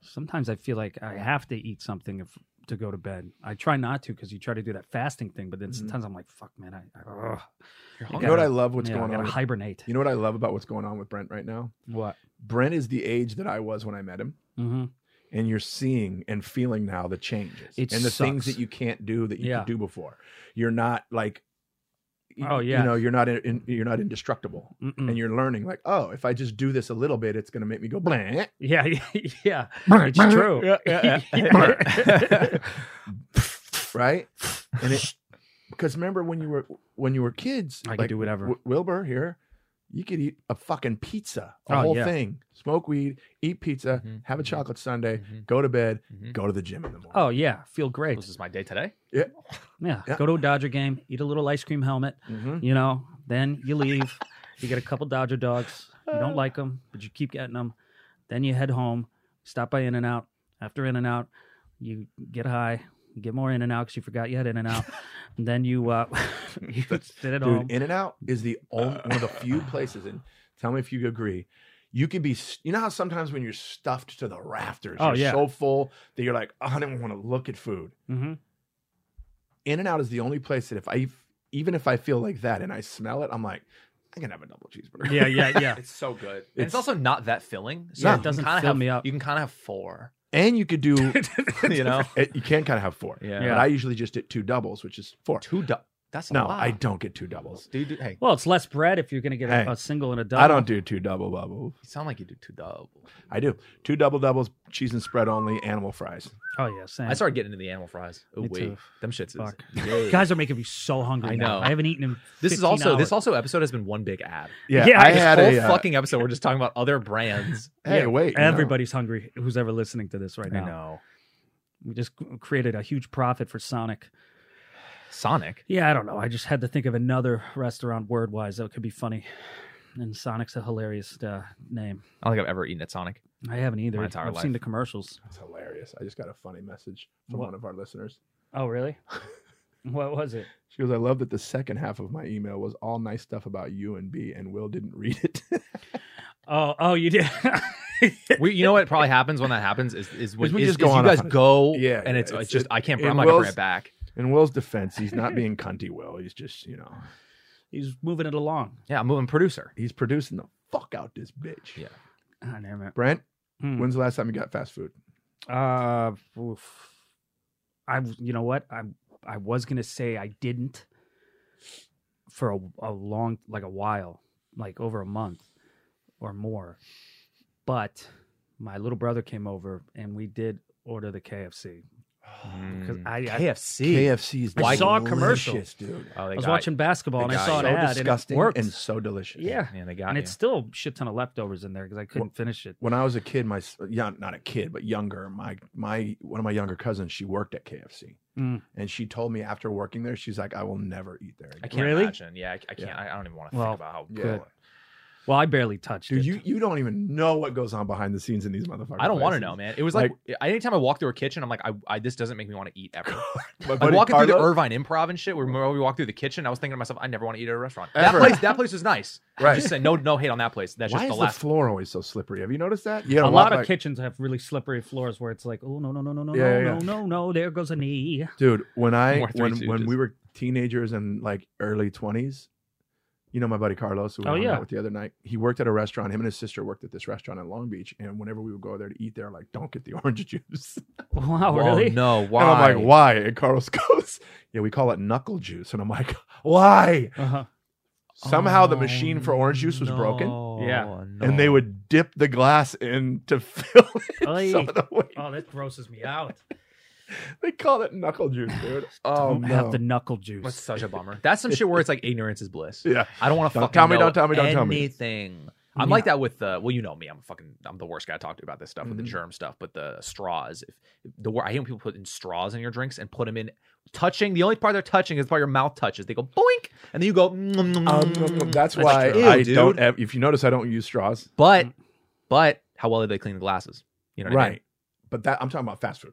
D: Sometimes I feel like I have to eat something if, to go to bed. I try not to because you try to do that fasting thing, but then
C: Mhm.
D: sometimes I'm like, fuck, man, I, I ugh.
B: You're
C: You
B: hungry.
C: know what I love? What's
D: Yeah, I
C: going
D: gotta
C: on? with-
D: hibernate.
C: you know what I love about what's going on with Brent right now?
D: What?
C: Brent is the age that I was when I met him,
D: Mm-hmm.
C: and you're seeing and feeling now the changes
D: It
C: and the things
D: sucks.
C: that you can't do that you
D: Yeah.
C: could do before. You're not like. y-
D: Oh, yeah.
C: You know you're not in, in, you're not indestructible.
D: Mm-hmm.
C: and
D: Hmm.
C: you're learning like oh if i just do this a little bit it's going to make me go blah
D: Yeah, yeah, it's true.
B: Yeah, yeah, yeah.
C: right and it because remember when you were when you were kids
D: I could
C: like
D: do whatever.
C: Wi- wilbur here you could eat a fucking pizza a
D: Oh,
C: whole
D: yeah. Mm-hmm,
C: thing smoke weed eat pizza
B: Mhm,
C: have a
B: mhm,
C: chocolate sundae
B: mhm.
C: go to bed
B: Mhm.
C: go to the gym in the morning
D: oh yeah, feel great.
B: This is my day today.
D: Yeah.
C: Yeah.
D: Go to a Dodger game, eat a little ice cream helmet,
C: Mhm.
D: you know, then you leave. you get a couple Dodger dogs. You don't like them, but you keep getting them. Then you head home, stop by In N Out. After In N Out, you get high, You get more in and out because you forgot you had in and out. and then you uh, you sit at home.
C: Dude, In and Out is the only one of the few places, and tell me if you agree. You could be, s- you know how sometimes when you're stuffed to the rafters,
D: Oh,
C: you're
D: yeah.
C: so full that you're like, "Oh, I don't want to look at food.
D: hmm
C: In and Out is the only place that if I, even if I feel like that and I smell it, I'm like, I can have a double cheeseburger.
D: Yeah, yeah, yeah.
B: It's so good. And it's,
C: It's-
B: also not that filling. So
C: Yeah, it
B: you can
D: doesn't
B: kinda
D: fill
B: have,
D: me up.
B: You can kind of have four.
C: And you could do,
B: You know,
C: it, you can kind of have four.
B: Yeah.
C: But I usually just get two doubles, which is four.
B: two. Du- that's
C: no,
B: a lot.
C: I don't get two doubles.
B: Do you do, hey,
D: Well, it's less bread if you're going to get a-
C: Hey,
D: a, single and a double.
C: I don't do two double bubbles.
B: you sound like you do two double.
C: I do two double doubles, cheese and spread only, animal fries.
D: Oh yeah, same.
B: I started getting into the animal fries. Oh
D: Me
B: wait,
D: too.
B: them shits is.
D: Fuck.
B: Yeah.
D: Guys are making me so hungry.
B: I
D: now.
B: know.
D: I haven't eaten in.
B: this is
D: 15
B: also
D: hours.
B: this also episode has been one big ad.
C: Yeah,
D: Yeah,
C: I
B: this
C: had
B: whole
C: a uh,
B: fucking episode. We're just talking about other brands.
C: Hey,
D: Yeah,
C: wait, you know.
D: Everybody's hungry. Who's ever listening to this right now? We just c- created a huge profit for Sonic.
B: Sonic.
D: Yeah, I don't know. I just had to think of another restaurant word wise that could be funny. And Sonic's a hilarious uh, name.
B: I don't think I've ever eaten at Sonic.
D: I haven't either.
B: My entire
D: I've seen
B: life.
D: the commercials.
C: That's hilarious. I just got a funny message from
D: What?
C: one of our listeners.
D: Oh, really? what was it?
C: She goes, I love that the second half of my email was all nice stuff about you and B, and Will didn't read it.
D: Oh, oh, you did.
B: We, you know what probably happens when that happens is is when
C: Is we
B: is-
C: just go
B: is
C: on
B: you
C: a
B: guys
C: hundred-
B: go
C: Yeah,
B: and
C: yeah,
B: it's,
C: it's-
B: it's just
C: it-
B: I can't
C: in
B: I'm not gonna bring
C: Will's-
B: it back.
C: In Will's defense, he's not being cunty, Will. He's just, you know,
D: He's moving it along.
B: Yeah, I'm moving producer.
C: he's producing the fuck out this bitch.
B: Yeah.
D: I never met.
C: Brent,
D: Hmm.
C: when's the last time you got fast food?
D: Uh, oof. I you know what I I was gonna say I didn't for a, a long like a while like over a month or more, but my little brother came over and we did order the KFC because
B: Mm.
D: I, I,
B: KFC.
C: is
D: I saw a commercial.
C: delicious, dude.
B: Oh, they
D: I was
B: got-
D: watching basketball and I
B: got
D: saw
B: it.
D: an ad
C: so
D: and it
C: disgusting
D: worked.
C: and so delicious.
D: yeah,
B: Yeah, they got
D: and
B: you.
D: it's still shit ton of leftovers in there because I couldn't
C: Well-
D: finish it.
C: When I was a kid, my s- yeah, not a kid, but younger, my my one of my younger cousins, she worked at KFC,
D: Mm.
C: and she told me after working there, she's like, I will never eat there. Again.
B: I can't
D: Really?
B: imagine. Yeah, I, I can't.
C: Yeah.
B: I don't even want to
D: Well,
B: think about how
C: Yeah.
B: good.
D: Well, I barely touched
C: Dude,
D: it.
C: you, you don't even know what goes on behind the scenes in these motherfuckers.
B: I don't want to know, man. It was like, anytime I walk through a kitchen, I'm like, I, I this doesn't make me want to eat ever.
C: But
B: Like walking through the Irvine Improv and shit, where where we walked through the kitchen, I was thinking to myself, I never want to eat at a restaurant.
C: Ever.
B: That place, that place was nice.
C: Right.
B: I'm just saying, no, no hate on that place. That's
C: Why
B: just
C: is
B: the
C: the,
B: last.
C: floor always so slippery? Have you noticed that?
D: a
C: Yeah,
D: lot of kitchens have really slippery floors where it's like, oh no no no no no
C: Yeah,
D: no
C: yeah, yeah.
D: no no no, there goes a knee.
C: dude. When I
B: More Three
C: when when
B: Stooges.
C: we were teenagers and like early twenties, you know my buddy Carlos, who we
D: Oh,
C: hung
D: yeah.
C: out with the other night, he worked at a restaurant. Him and his sister worked at this restaurant in Long Beach, and whenever we would go there to eat, they're like, "Don't get the orange juice."
D: Wow,
B: Whoa,
D: really?
B: No, why?
C: And I'm like, "Why?" And Carlos goes, "Yeah, we call it knuckle juice," and I'm like, "Why?"
D: Uh-huh.
C: Somehow the
B: Oh,
C: machine for orange juice was broken.
B: no,
D: Yeah.
B: Oh, no.
C: and they would dip the glass in to fill it
D: Oy.
C: some of the way.
D: Oh, that grosses me out.
C: They call it knuckle juice, dude. Oh
D: don't
C: no.
D: have the knuckle juice.
B: That's such a bummer. That's some shit where it's like ignorance is bliss.
C: yeah.
B: I don't want to
C: Don't
B: fucking
C: tell me,
B: know
C: don't tell me, don't tell me.
B: anything. I'm like that with uh, well, you know me. I'm fucking. I'm the worst guy to talk to about this stuff with
C: Mhm.
B: the germ stuff. But the straws, if the wor- I hate when people put in straws in your drinks and put them in touching. The only part they're touching is the part your mouth touches. They go boink, and then you go. mm, mm,
C: Um,
B: mm.
C: that's
B: It's
C: why
B: like, ew,
C: I
B: dude.
C: don't. Have, if you notice, I don't use straws.
B: But but how well did they clean the glasses? You know what I mean?
C: right. But that I'm talking about fast food.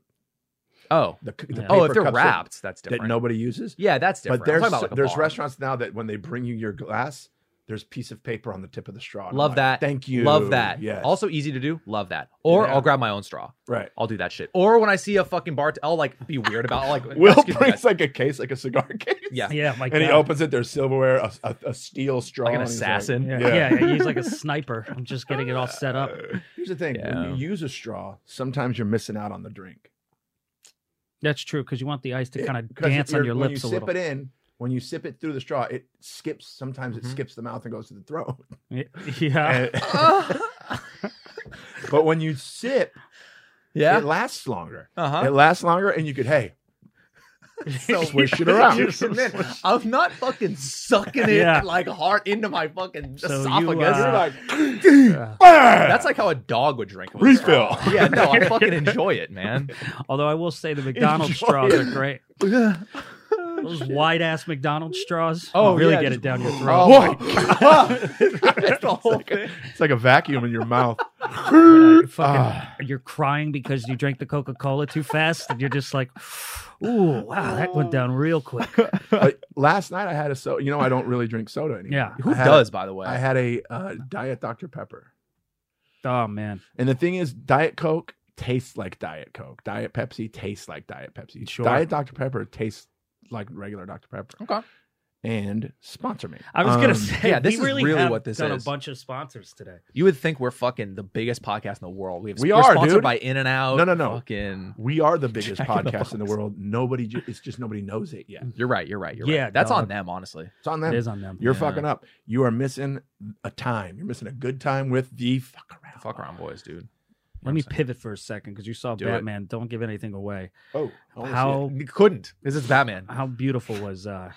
B: Oh
C: The, c- the
D: Yeah.
B: oh,
C: paper
B: if
C: cups
B: they're
C: that-
B: wrapped, that's
C: that,
B: different.
C: nobody uses.
B: yeah, that's different.
C: But
B: I'm
C: there's
B: talking about like a
C: there's
B: bar.
C: restaurants now that when they bring you your glass, there's a piece of paper on the tip of the straw. and I'm
B: Love
C: like,
B: that.
C: Thank you.
B: Love that.
C: Yes.
B: Also easy to do. Love that. Or
C: Yeah.
B: I'll grab my own straw.
C: right.
B: I'll do that shit. Or when I see a fucking bart, I'll like be weird about like.
C: Will
B: excuse me,
C: brings
B: guys.
C: like a case, like a cigar case.
B: Yeah.
D: yeah, my
C: And he
D: God.
C: opens it. There's silverware, a, a, a steel straw,
B: like an
C: and he's
B: assassin.
D: Yeah,
C: Yeah.
D: yeah. he's like a sniper. I'm just getting it all set up.
C: Here's the thing:
B: Yeah.
C: when you use a straw, sometimes you're missing out on the drink.
D: That's true because you want the ice to kind of
C: 'Cause
D: dance on
C: you're-
D: your
C: when
D: lips a
C: you sip
D: little.
C: it in, when you sip it through the straw, it skips. Sometimes it
B: Mhm.
C: skips the mouth and goes to the throat.
D: Yeah,
C: And- but when you sip, it
B: yeah.
C: lasts longer.
B: Uh
C: It
B: huh.
C: lasts longer, and you could hey, swish it around.
B: I'm not fucking sucking it
D: Yeah.
B: like hard into my fucking
D: So you,
B: esophagus.
D: uh,
C: You're like,
B: That's like how a dog would drink. it with a straw.
C: refill.
B: Yeah, no, I fucking enjoy it, man.
D: Although I will say the McDonald's
C: Enjoy
D: straws
C: it. Oh,
D: are great. Those wide ass McDonald's straws.
B: Oh,
D: really
B: yeah,
D: get
B: just-
D: it down your throat.
C: Oh,
B: Whoa.
C: my God.
B: That's the whole
C: It's like a-
B: thing.
C: It's like a vacuum in your mouth.
D: You're fucking-
C: Ah.
D: you're crying because you drank the Coca Cola too fast, and you're just like, "Ooh, wow, that went down real quick."
C: But last night I had a soda. You know I don't really drink soda anymore.
D: Yeah.
B: Who
C: I had-
B: does, by the way?
C: I had a uh, diet Dr Pepper,
D: Oh man,
C: and the thing is, diet Coke tastes like diet Coke. Diet Pepsi tastes like diet Pepsi.
D: Sure.
C: Diet Dr Pepper tastes like regular Dr Pepper.
B: Okay.
C: And sponsor me.
D: I was gonna
C: Um,
D: say,
B: yeah, this
D: we
B: is
D: really,
B: really
D: have
B: what this
D: done
B: is.
D: a bunch of sponsors today.
B: you would think we're fucking the biggest podcast in the world. We, have,
C: We
B: we're
C: are,
B: sponsored
C: dude.
B: by In and Out.
C: No, no, no.
B: Fucking,
C: We are the biggest
B: Jack in the
C: podcast in the
B: Box. Mm.
C: world. Nobody, ju- it's just nobody knows it yet.
B: you're right. You're right. You're
D: Yeah,
B: right. That's
D: dog.
B: on them, honestly.
C: It's on
D: It
C: them.
D: is on them.
C: You're
B: Yeah.
C: fucking up. You are missing a time. You're missing a good time with the fuck around.
B: Fuck around, boys, dude. You know what
D: Let me
B: I'm saying?
D: pivot for a second because you saw
B: Do it.
D: Batman. Don't give anything away.
C: Oh, I wanna see
D: How
B: You couldn't. This is Batman.
D: how beautiful was uh,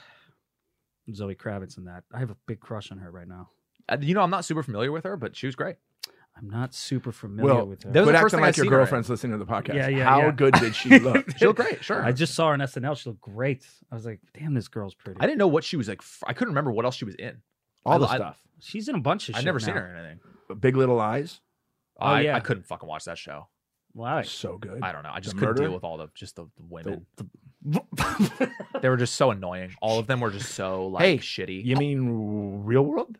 D: Zoe Kravitz in that? I have a big crush on her right now.
B: Uh, You know, I'm not super familiar with her, but she was great.
D: I'm not super familiar
C: Well,
D: with her.
C: it.
B: That was
C: Quit
B: the first
C: acting
B: thing I
C: like your
B: seen her in.
C: girlfriend's listening to the podcast.
D: Yeah, yeah,
C: How
D: yeah.
C: good did she look?
B: She looked great. Sure.
D: I just saw her on SNL. She looked great. I was like, damn, this girl's pretty.
B: I didn't know what she was like. f- I couldn't remember what else she was in.
C: All the
B: I-
C: stuff.
D: She's in a bunch of shit.
B: I'd never seen
D: now.
B: her in anything.
C: Big Little Eyes.
D: Oh,
B: I,
D: yeah.
B: I couldn't fucking watch that show.
D: Wow.
C: So good.
B: I don't know. I just
C: The
B: couldn't
C: murder?
B: deal with all the just the, the women.
C: The-
B: they were just so annoying. All of them were just so like
C: Hey,
B: shitty.
C: you mean real world?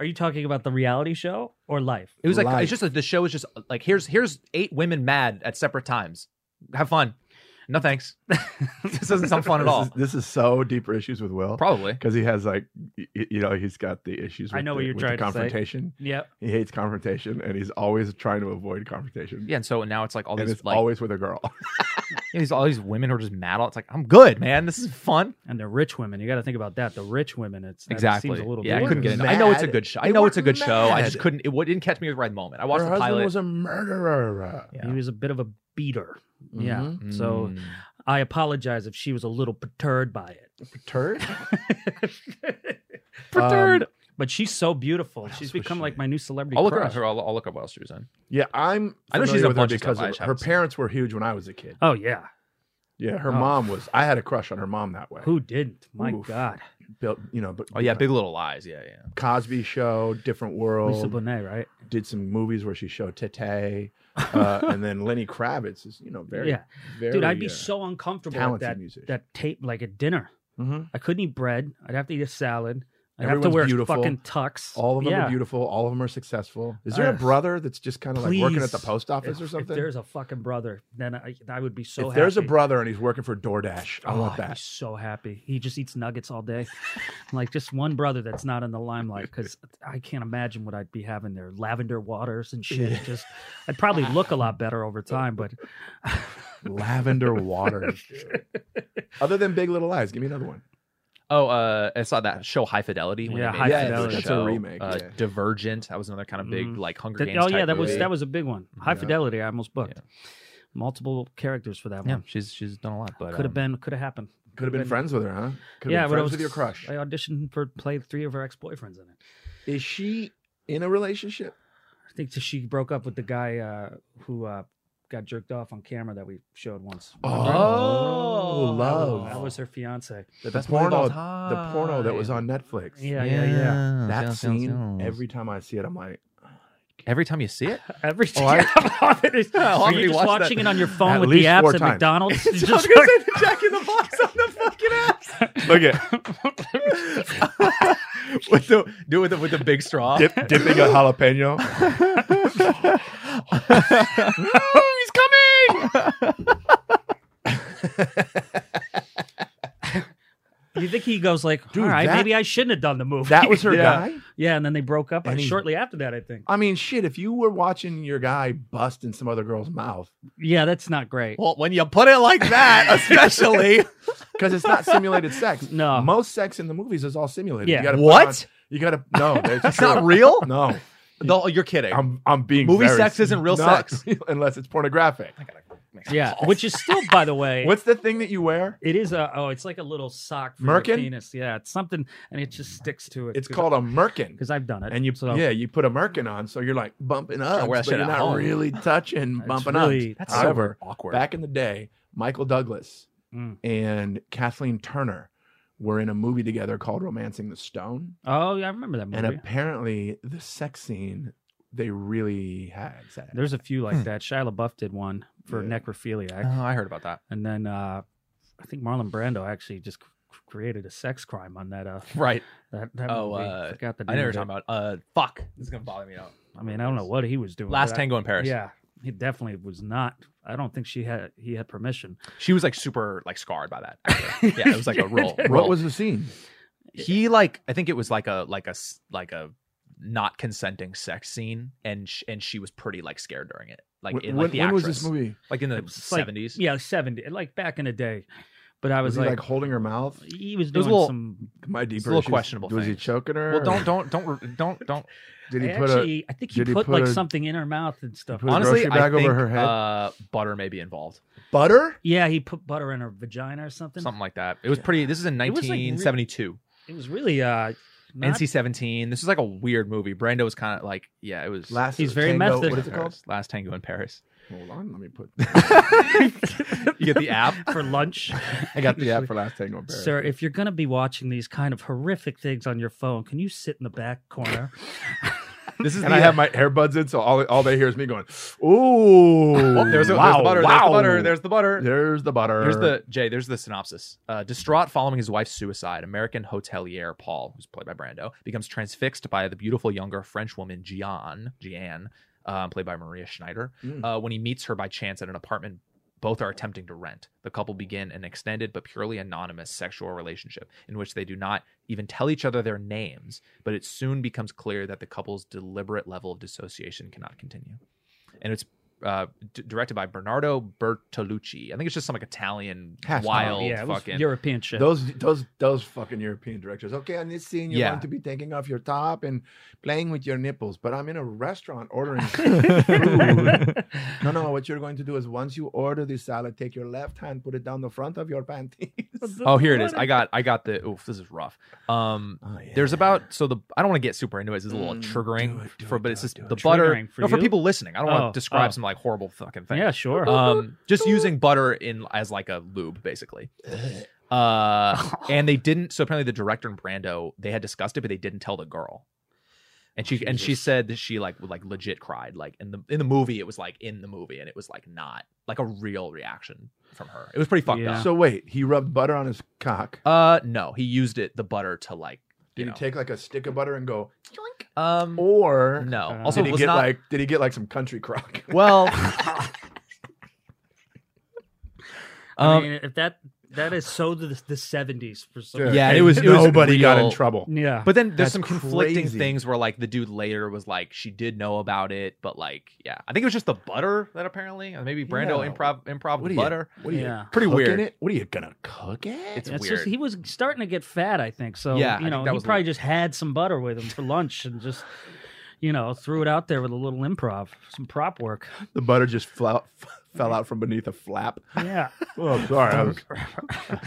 D: Are you talking about the reality show or life?
B: It was like
C: Life.
B: it's just like, the show is just like here's here's eight women mad at separate times. Have fun. No thanks. this doesn't sound fun at
C: this
B: all.
C: Is, this is so deeper issues with Will
B: Probably.
C: because he has like, y- y- you know, he's got the issues. With
D: I know
C: the,
D: what you're
C: with the
D: trying to say.
C: confrontation.
D: Yep.
C: He hates confrontation, and he's always trying to avoid confrontation.
B: Yeah, and so now it's like all
C: and
B: these
C: it's
B: like
C: always with a girl.
B: you know, these all these women who are just mad. all- It's like I'm good, man. This is fun.
D: And the rich women. You got to think about that. The rich women. It's that
B: Exactly.
D: Seems a little
B: Yeah, I couldn't get into.
D: dangerous.
B: I know it's a
C: Mad.
B: good show. I
C: They
B: know
C: were
B: it's a good show. I just
C: mad.
B: couldn't. It wa- didn't catch me right at the moment. I watched
C: Her
B: the
C: husband
B: pilot.
C: was a murderer.
B: Yeah.
D: He was a bit of a beater. Yeah.
C: Mhm.
D: So
B: Mm.
D: I apologize if she was a little perturbed by
C: Turd.
D: it.
B: Um,
C: Perturbed.
D: but she's so beautiful. She's
C: else was
D: become
C: she
D: like
C: in? Oh,
D: my new celebrity.
B: I'll look her
D: crush.
B: up. Here, I'll, I'll look up what else she was in.
C: Yeah, I'm.
B: I know she's
C: familiar
B: a
C: with her
B: bunch of
C: because
B: stuff, I just
C: her
B: haven't seen.
C: parents were huge when I was a kid.
D: Oh yeah.
C: Yeah, her
D: Oh.
C: mom was. I had a crush on her mom that way.
D: Who didn't? My
C: Oof.
D: God.
C: built? You know, but
B: Oh yeah, Big Little Lies. Yeah, yeah.
C: Cosby Show, Different
D: Lisa
C: World.
D: Bonet, right?
C: did some movies where she showed tete, uh, and then Lenny Kravitz is you know very
D: yeah.
C: very
D: Dude, I'd be
C: uh,
D: so uncomfortable at
C: talented
D: that
C: musician.
D: that tape like at dinner.
C: Mhm.
D: I couldn't eat bread. I'd have to eat a salad. I'd have
C: Everyone's
D: to wear
C: beautiful.
D: fucking tux.
C: All of them
D: Yeah.
C: are beautiful. All of them are successful. Is there a
D: Ugh.
C: brother that's just kind of like working at the
D: Please.
C: post office or
D: If-
C: something?
D: If there's a fucking brother, then I, I would be so.
C: If there's a
D: happy.
C: brother and he's working for DoorDash, I
D: Oh,
C: want
D: I'd be
C: that.
D: so happy. He just eats nuggets all day. I'm like just one brother that's not in the limelight because I can't imagine what I'd be having there. Lavender waters and shit.
C: Yeah.
D: Just I'd probably look a lot better over time, but
C: Lavender water. dude. Other than Big Little Lies, give me another one.
B: Oh, uh, I saw that show High Fidelity.
D: Yeah,
B: they
D: High
B: made that
D: Fidelity.
C: That's a
B: show.
C: remake,
B: Uh,
C: yeah.
B: Divergent. That was another kind of big
D: Mhm.
B: like Hunger
D: that-
B: Games.
D: oh yeah,
B: type
D: that was
B: movie.
D: that was a big one. High
C: Yeah.
D: fidelity. I almost booked
B: Yeah.
D: multiple characters for that
B: Yeah,
D: one.
B: she's she's done a lot, but
D: Could have
B: um,
D: been. Could have happened.
C: Could have been
D: Been-
C: friends with her, huh?
D: yeah,
C: Could have been
D: but I
C: friends
D: was
C: with your crush.
D: I auditioned for played three of her ex boyfriends in it.
C: Is she in a relationship?
D: I think t- she broke up with the guy uh, who uh, got jerked off on camera that we showed once.
C: Oh.
B: Oh,
C: love.
D: That was her fiance.
C: The,
B: best movie of
C: porno,
B: all
C: the porno that was on Netflix.
D: Yeah, yeah, yeah.
C: That
B: Yes, yes,
C: scene,
B: yes.
C: every time I see it, I'm like,
B: every time you see it,
D: Every
C: Oh,
D: time
C: I-
B: I'll
D: are
B: have to
D: you just
B: watch that
D: watching it on your phone
C: at
D: with the
C: least
D: apps
C: four
D: at
C: times.
D: McDonald's? You
B: It's
D: just
B: always in the Jack in the Box on the fucking
C: look at
B: ass. with the do it with the, with the big straw.
C: dip, dipping a jalapeno.
B: he's coming.
D: you think he goes like,
C: Dude,
D: "All right,
C: that-
D: maybe I shouldn't have done the movie."
C: That was her
D: yeah.
C: guy.
D: Yeah, and then they broke up
C: And he-
D: shortly after that. I think.
C: I mean, shit. If you were watching your guy bust in some other girl's mouth,
D: Yeah, that's not great.
C: Oh,
B: Well, when you put it like that, especially
C: because it's not simulated sex.
D: No.
C: most sex in the movies is all simulated.
D: Yeah.
C: You gotta put
B: What?
C: on- you gotta no. That's,
B: That's not real? Um,
C: No,
B: No, you're kidding.
C: I'm I'm being
B: Movie
C: very-
B: sex isn't real
C: not
B: sex.
C: real unless it's pornographic.
D: Yeah, which is still, by the way,
C: What's the thing that you wear?
D: it is a oh, it's like a little sock for
C: Merkin?
D: your penis. Yeah, it's something, and it just sticks to it.
C: It's called a merkin.
D: because I've done it.
C: And you,
D: so
C: yeah, you put a merkin on, so you're like bumping up,
B: wear that
C: but
B: shit
C: you're
B: at
C: not
B: home.
C: really touching bumping
D: really-
C: up.
D: That's
B: so
C: However,
B: awkward.
C: back in the day, Michael Douglas
D: Mm.
C: and Kathleen Turner were in a movie together called Romancing the Stone.
D: Oh, yeah, I remember that movie.
C: And apparently, the sex scene they really had sex.
D: There's a few
B: Hmm.
D: like that. Shia LaBeouf did one for
C: Yeah.
D: necrophilia,
B: Oh, I heard about that.
D: and then uh, I think Marlon Brando actually just c- c- created a sex crime on that. Uh,
B: Right.
D: that, that
B: Oh,
D: movie.
B: uh,
D: forgot the
B: I know
D: name
B: you're
D: of it.
B: talking about. Uh, fuck. This is gonna bother me out.
D: I mean, I don't know what he was doing.
B: Last
D: but I-
B: Tango in Paris.
D: Yeah, he definitely was not. I don't think she had he had permission.
B: She was like super like scarred by that. actually. yeah, it was like a rule.
C: What was the scene?
B: he like? I think it was like a like a s- like a not consenting sex scene, and sh- and she was pretty like scared during it. Like
C: Wh-
B: in
C: when
B: like the
C: when was
B: actress,
C: this movie?
B: like in the
D: It was like-
B: seventies.
D: Yeah, seventy, like back in the day. But I
C: Was,
D: was,
C: he
D: like,
C: like holding her mouth?
D: he was
B: It was
D: doing
B: a little-
D: some.
C: My deeper
B: a little
C: issues.
B: questionable
C: Was he
B: thing.
C: choking her?
B: Well,
C: or
B: don't don't don't don't don't.
C: Did he
D: I
C: put a?
D: actually, I think he
C: did he
D: put,
C: put
D: like
C: a-
D: something in her mouth and stuff.
C: put a
B: Honestly,
C: grocery
B: I
C: bag over
B: think
C: her head?
B: Uh, butter may be involved.
C: butter?
D: yeah, he put butter in her vagina or something.
B: Something like that. It was pretty. This is in
D: It was, like, re-
B: 1972.
D: It was really uh, not
B: NC-17. This is like a weird movie. Brando was kind of like, yeah, it was
C: Last
D: He's very
C: tango,
D: method.
C: What is it called?
B: Paris. Last Tango in Paris.
C: Hold on, let me put.
B: You get the app.
D: for lunch.
C: I got the app for Last Tango in Paris.
D: Sir, if you're going to be watching these kind of horrific things on your phone, can you sit in the back corner?
B: This is
C: and
B: the
C: I have my earbuds in, so all, all they hear is me going, "Ooh,
B: Oh, there's, a,
C: wow,
B: there's the butter.
C: wow.
B: There's the butter. There's the butter.
C: There's the butter.
B: Here's the Jay. There's the synopsis. Uh, distraught following his wife's suicide, American hotelier Paul, who's played by Brando, becomes transfixed by the beautiful younger French woman Gian, Gian, um, played by Maria Schneider.
C: Mm.
B: Uh, when he meets her by chance at an apartment, both are attempting to rent. The couple begin an extended but purely anonymous sexual relationship in which they do not even tell each other their names. But it soon becomes clear that the couple's deliberate level of dissociation cannot continue. And it's uh, d- directed by Bernardo Bertolucci. I think it's just some like Italian
C: Half-time.
B: wild
D: yeah, it was
B: fucking.
D: European shit.
C: those those those fucking European directors. Okay, on this scene, you're
B: Yeah.
C: going to be taking off your top and playing with your nipples, but I'm in a restaurant ordering. food. no, no, what you're going to do is once you order the salad, take your left hand, put it down the front of your panties.
B: Oh, here it is. I got I got the. Oof, this is rough. Um,
C: Oh, yeah.
B: There's about so the I don't want to get super into it. It's a little
C: Mm,
B: triggering
C: do it, do
B: for,
C: it,
B: but
C: do
B: it's
C: it,
B: just
C: do it.
B: the butter
D: Triggering for
B: for, no, for
D: you?
B: people listening. I don't
D: Oh,
B: want to describe
D: oh.
B: some like horrible fucking thing.
D: yeah, sure.
B: Um, just using butter in as like a lube, basically. Uh, and they didn't. So apparently, the director and Brando they had discussed it, but they didn't tell the girl. And she and she
C: Jesus.
B: said that she like like legit cried like in the in the movie it was like in the movie and it was like not like a real reaction from her. It was pretty fucked
D: Yeah.
B: up.
C: So wait, he rubbed butter on his cock.
B: Uh, no, he used it the butter to like.
C: Did
B: you
C: he
B: know.
C: take like a stick of butter and go,
B: Um,
C: or
B: no.
D: Uh,
B: also,
C: did
B: it
C: he
B: was
C: get
B: not.
C: like did he get like some country crock?
B: well,
D: I
B: um,
D: mean, if that that is so the the seventies for some.
B: Yeah, it
C: And
B: was- it was
C: nobody got
B: real-
C: in trouble.
D: yeah.
B: but then there's
C: That's
B: some conflicting
C: crazy.
B: things where like the dude later was like she did know about it, but like yeah, I think it was just the butter that apparently, or maybe Brando
C: Yeah.
B: improv improv
C: What are you-
B: butter.
C: What are you
D: Yeah.
B: Pretty
C: cooking
B: weird.
C: It? What are you gonna cook it?
B: It's
D: That's
B: weird.
D: just he was starting to get fat, I think. So
B: Yeah, I
D: you
B: think
D: know,
B: that
D: he
B: was a-
D: probably just had some butter with him for lunch and just you know threw it out there with a little improv, some prop work.
C: The butter just fell, fell out from beneath a flap.
D: Yeah,
C: Oh, sorry. I was,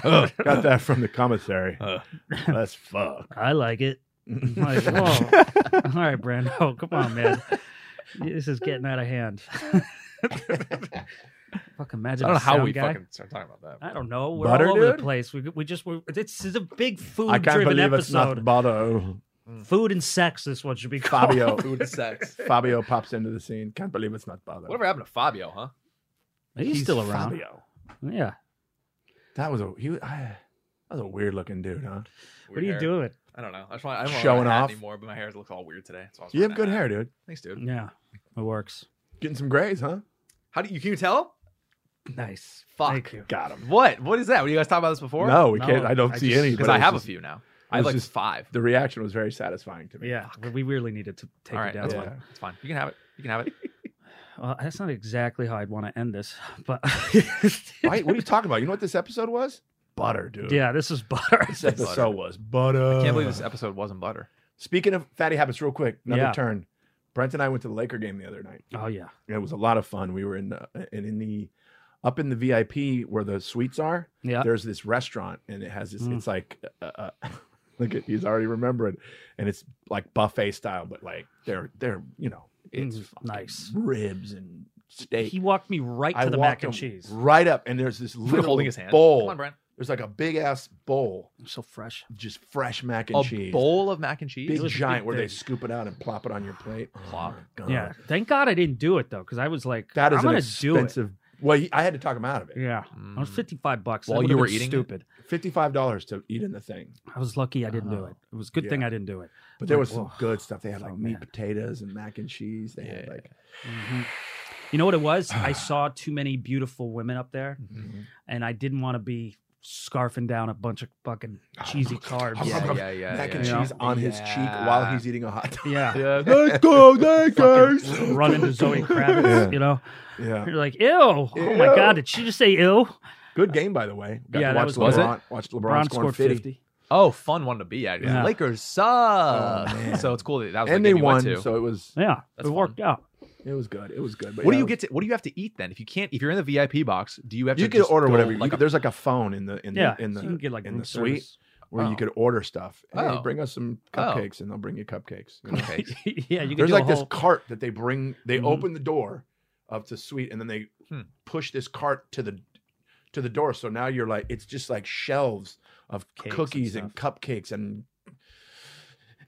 C: Ugh, got that from the commissary.
B: Uh.
C: That's fuck.
D: I like it. Like, whoa. All right, Brando, come on, man. This is getting out of hand. Fuck, imagine.
B: I don't know
D: a
B: how
D: sound
B: we
D: guy.
B: fucking start talking about that.
D: I don't know. We're
C: Butter,
D: all over the
C: dude?
D: place. We, we just we're, this is a big
C: I
D: food
C: can't
D: driven
C: believe
D: episode.
C: it's not butter.
D: Food and sex. This one should be called.
C: Fabio.
B: Food and sex.
C: Fabio pops into the scene. Can't believe it's not butter.
B: Whatever happened to Fabio, huh?
D: He's, still around.
C: Fabio.
D: Yeah.
C: That was a he. Was, I, that was a weird looking dude, huh?
D: What are you doing?
B: I don't know. I just want, I don't
C: Showing
B: want a hat
C: off.
B: anymore, but my hair looks all weird today. That's why I was
C: You have
B: wearing
C: good
B: that
C: hair,
B: hat.
C: dude.
B: Thanks, dude.
D: Yeah, it works.
C: Getting some grays, huh?
B: How do you can you tell?
D: Nice.
B: Fuck.
D: Thank you.
C: Got him.
B: What? What is that? Were you guys talking about this before?
C: No, we
D: No,
C: can't. I don't
D: I
C: see
D: just-
C: any.
B: because
C: but
B: I
C: it was
B: have
C: just-
B: a few now.
C: it
B: I
C: was
B: have like
C: just-
B: five.
C: The reaction was very satisfying to me.
D: Yeah, we really needed to take
B: All
D: it
B: right,
D: down.
B: that's
C: Yeah.
B: fine. That's fine. You can have it. You can have it.
D: Well, that's not exactly how I'd want to end this, but
C: Why- what are you talking about? You know what this episode was? Butter, dude.
D: yeah, this is butter.
C: This episode
B: Butter.
C: was butter.
B: I can't believe this episode wasn't butter.
C: Speaking of fatty habits, real quick, another
D: Yeah.
C: turn. Brent and I went to the Laker game the other night.
D: Oh yeah,
C: And It was a lot of fun. We were in the, and in the up in the VIP where the suites are.
D: yeah.
C: There's this restaurant, and it has this.
D: Uh, Mm.
C: It's like, uh, uh, look at he's already remembering, and it's like buffet style, but like they're they're you know it's
D: Mm,
C: fucking
D: nice.
C: ribs and steak.
D: He walked me right to
C: I
D: the
C: walked
D: mac and
C: him
D: cheese.
C: right up, and there's this little
B: holding his hand.
C: bowl.
B: Come on, Brent.
C: There's like a big ass bowl,
D: So fresh.
C: just fresh mac and
B: A
C: cheese,
B: bowl of mac and cheese.
C: big
D: was a
C: giant,
D: big
C: where they
D: thing.
C: scoop it out and plop it on your plate. Oh
B: Plop.
C: God.
D: Oh Yeah. Thank God I didn't do it though, because I was like,
C: that is
D: I'm
C: an
D: gonna
C: expensive. Well, he- I had to talk him out of
D: do it.
C: it.
D: Yeah. I was
B: Mm.
D: 55 bucks. That
B: While
D: would've
B: you
D: been
B: were eating it?
D: stupid.
C: Fifty-five dollars to eat in the thing,
D: I was lucky I didn't do it. It was a good thing
C: Yeah.
D: I didn't do it.
C: but there
D: Like,
C: was some
D: whoa.
C: good stuff. They had like
D: Oh,
C: meat
D: man.
C: potatoes and mac and cheese. They had
B: Yeah.
C: like
D: Mhm. You know what it was? I saw too many beautiful women up there, and I didn't want to be scarfing down a bunch of fucking cheesy carbs.
B: Yeah, yeah, yeah.
C: mac
B: yeah,
C: and
B: yeah.
C: cheese on his cheek while he's eating a hot dog.
D: Yeah.
B: Yeah.
C: Let's go, let's go.
D: Fucking Run into Zoe Kravitz,
C: Yeah.
D: you know?
C: Yeah.
D: You're like, ew. Oh my God,
C: Ew.
D: did she just say ew?
C: Good game, by the way.
D: Yeah,
C: to
D: that
C: watch
D: was-
C: LeBron,
B: Was it?
C: Watched LeBron,
D: Brown
C: scoring
D: scored
C: 50.
D: 50.
B: Oh, fun one to be actually.
D: Yeah.
B: Lakers suck.
C: Oh, man.
B: so it's cool that that was
C: And
B: the
C: they
B: game you went
C: won,
B: to.
C: so it was
D: Yeah.
B: That's
D: it worked out.
C: it was good. It was good. But
B: what do
C: yeah, it
B: you
C: was-
B: get to? What do you have to eat then? If you can't, if you're in the VIP box, do you have to?
C: You could
B: just
C: order
B: go
C: whatever. you
B: Like
C: could- there's like a phone in the in
D: Yeah.
C: the in
D: so
C: the
D: you can get like
C: in
D: room
C: the suite
D: service.
C: where
B: Oh.
C: you could order stuff. Hey,
B: Oh.
C: bring us some
B: Oh.
C: cupcakes, and they'll bring you cupcakes. you know?
B: okay.
D: yeah, you can
C: There's
D: do
C: like
D: a
C: this
D: whole,
C: cart that they bring. They
D: Mhm.
C: open the door up to suite, and then they
B: Hmm.
C: push this cart to the to the door. So now you're like, it's just like shelves of
D: Cakes and
C: cookies and, cupcakes, and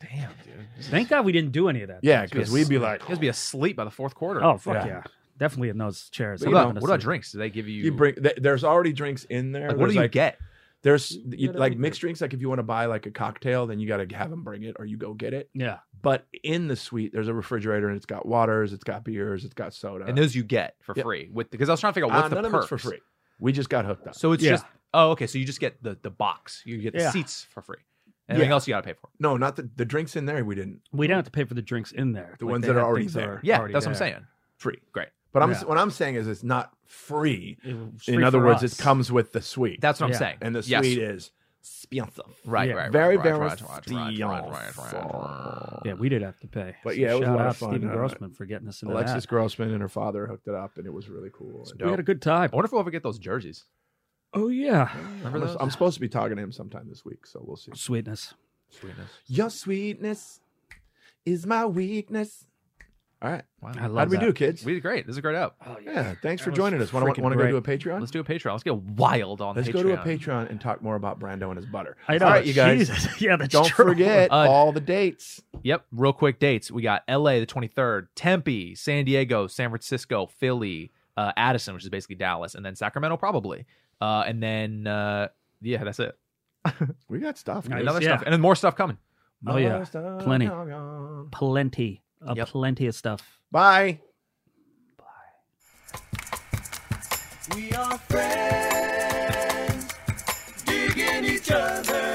B: Damn, dude.
D: Thank God we didn't do any of that.
C: yeah, because we'd be like,
B: you guys be asleep by the fourth quarter.
D: Oh fuck yeah.
C: Yeah.
D: Definitely in those chairs.
C: But
B: What
D: I'm
C: you
D: not
B: about,
D: gonna
B: what about
D: sleep.
B: drinks? Do they give you?
C: you bring. th- There's already drinks in there.
B: Like, what do
C: There's,
B: you
C: like-
B: get?
C: There's
D: You
C: you-
D: get
C: like
D: everything.
C: mixed drinks. Like if you want to buy like a cocktail, then you got to have them bring it, or you go get it.
D: Yeah.
C: But in the suite, there's a refrigerator, and it's got waters, it's got beers, it's got soda,
B: And those you get for
C: uh, yeah.
B: free with because I was trying to figure out
C: Uh,
B: what's
C: none
B: the
C: of it's
B: perks
C: for free. We just got hooked up.
B: So it's
D: Yeah.
B: just oh okay. So you just get the the box. You get the
D: Yeah.
B: seats for free. Anything
C: Yeah.
B: else you got to pay for?
C: no, not the the drinks in there. We didn't
D: We don't have to pay for the drinks in there.
C: The ones
D: they
C: that are
D: had
C: already
D: things
C: there.
D: are
B: Yeah,
D: already
B: that's what I'm
D: there.
B: saying.
C: free.
B: Great.
C: But I'm
D: Yeah.
C: what I'm saying is it's not free.
D: It was
C: in
D: free
C: other
D: for
C: words,
D: us.
C: it comes with the suite,
B: That's what I'm
D: Yeah.
B: saying.
C: and the
B: Yes.
C: suite is expensive.
B: Right,
D: Yeah.
B: right,
C: Very,
B: right,
C: very
B: right, right, right, right, right, right, right.
D: Yeah, we did have to pay.
C: But yeah, it was a
D: shout
C: lot of
D: out
C: fun,
D: Stephen
C: uh,
D: Grossman for getting us into
C: Alexis
D: that.
C: Grossman and her father hooked it up, and it was really cool. And-
D: We had a good time.
B: I wonder if we'll ever get those jerseys.
D: Oh yeah,
B: Remember
C: I'm-
B: those?
C: I'm supposed to be talking to him sometime this week, so we'll see.
D: sweetness.
B: Sweetness.
C: Your sweetness is my weakness. All right.
B: Wow.
D: I love
C: How'd we
D: that.
C: do, kids?
B: We did great. This is a great up.
D: Oh
C: yeah. Thanks
D: That
C: for
D: was
C: joining us. Want
D: freaking
C: to want to go
D: great.
C: do a Patreon?
B: Let's do a Patreon. Let's get wild on
C: Let's
B: Patreon.
C: go to a Patreon and talk more about Brando and his butter.
D: I know.
C: All right, you guys.
D: Jesus. Yeah, that's
C: Don't
D: true.
C: forget
B: Uh,
C: all the dates.
B: Yep. Real quick dates. We got LA the 23rd, Tempe, San Diego, San Francisco, Philly, uh, Addison, which is basically Dallas, and then Sacramento probably. Uh, and then uh, yeah, that's it.
C: We got stuff.
D: Nice.
C: dude.
B: Another
D: Yeah.
B: stuff and then more stuff coming.
D: Oh, yeah.
C: More stuff
D: Plenty.
C: going on.
D: plenty, a
B: Yep.
D: plenty of stuff.
C: Bye.
A: We are friends, digging each other.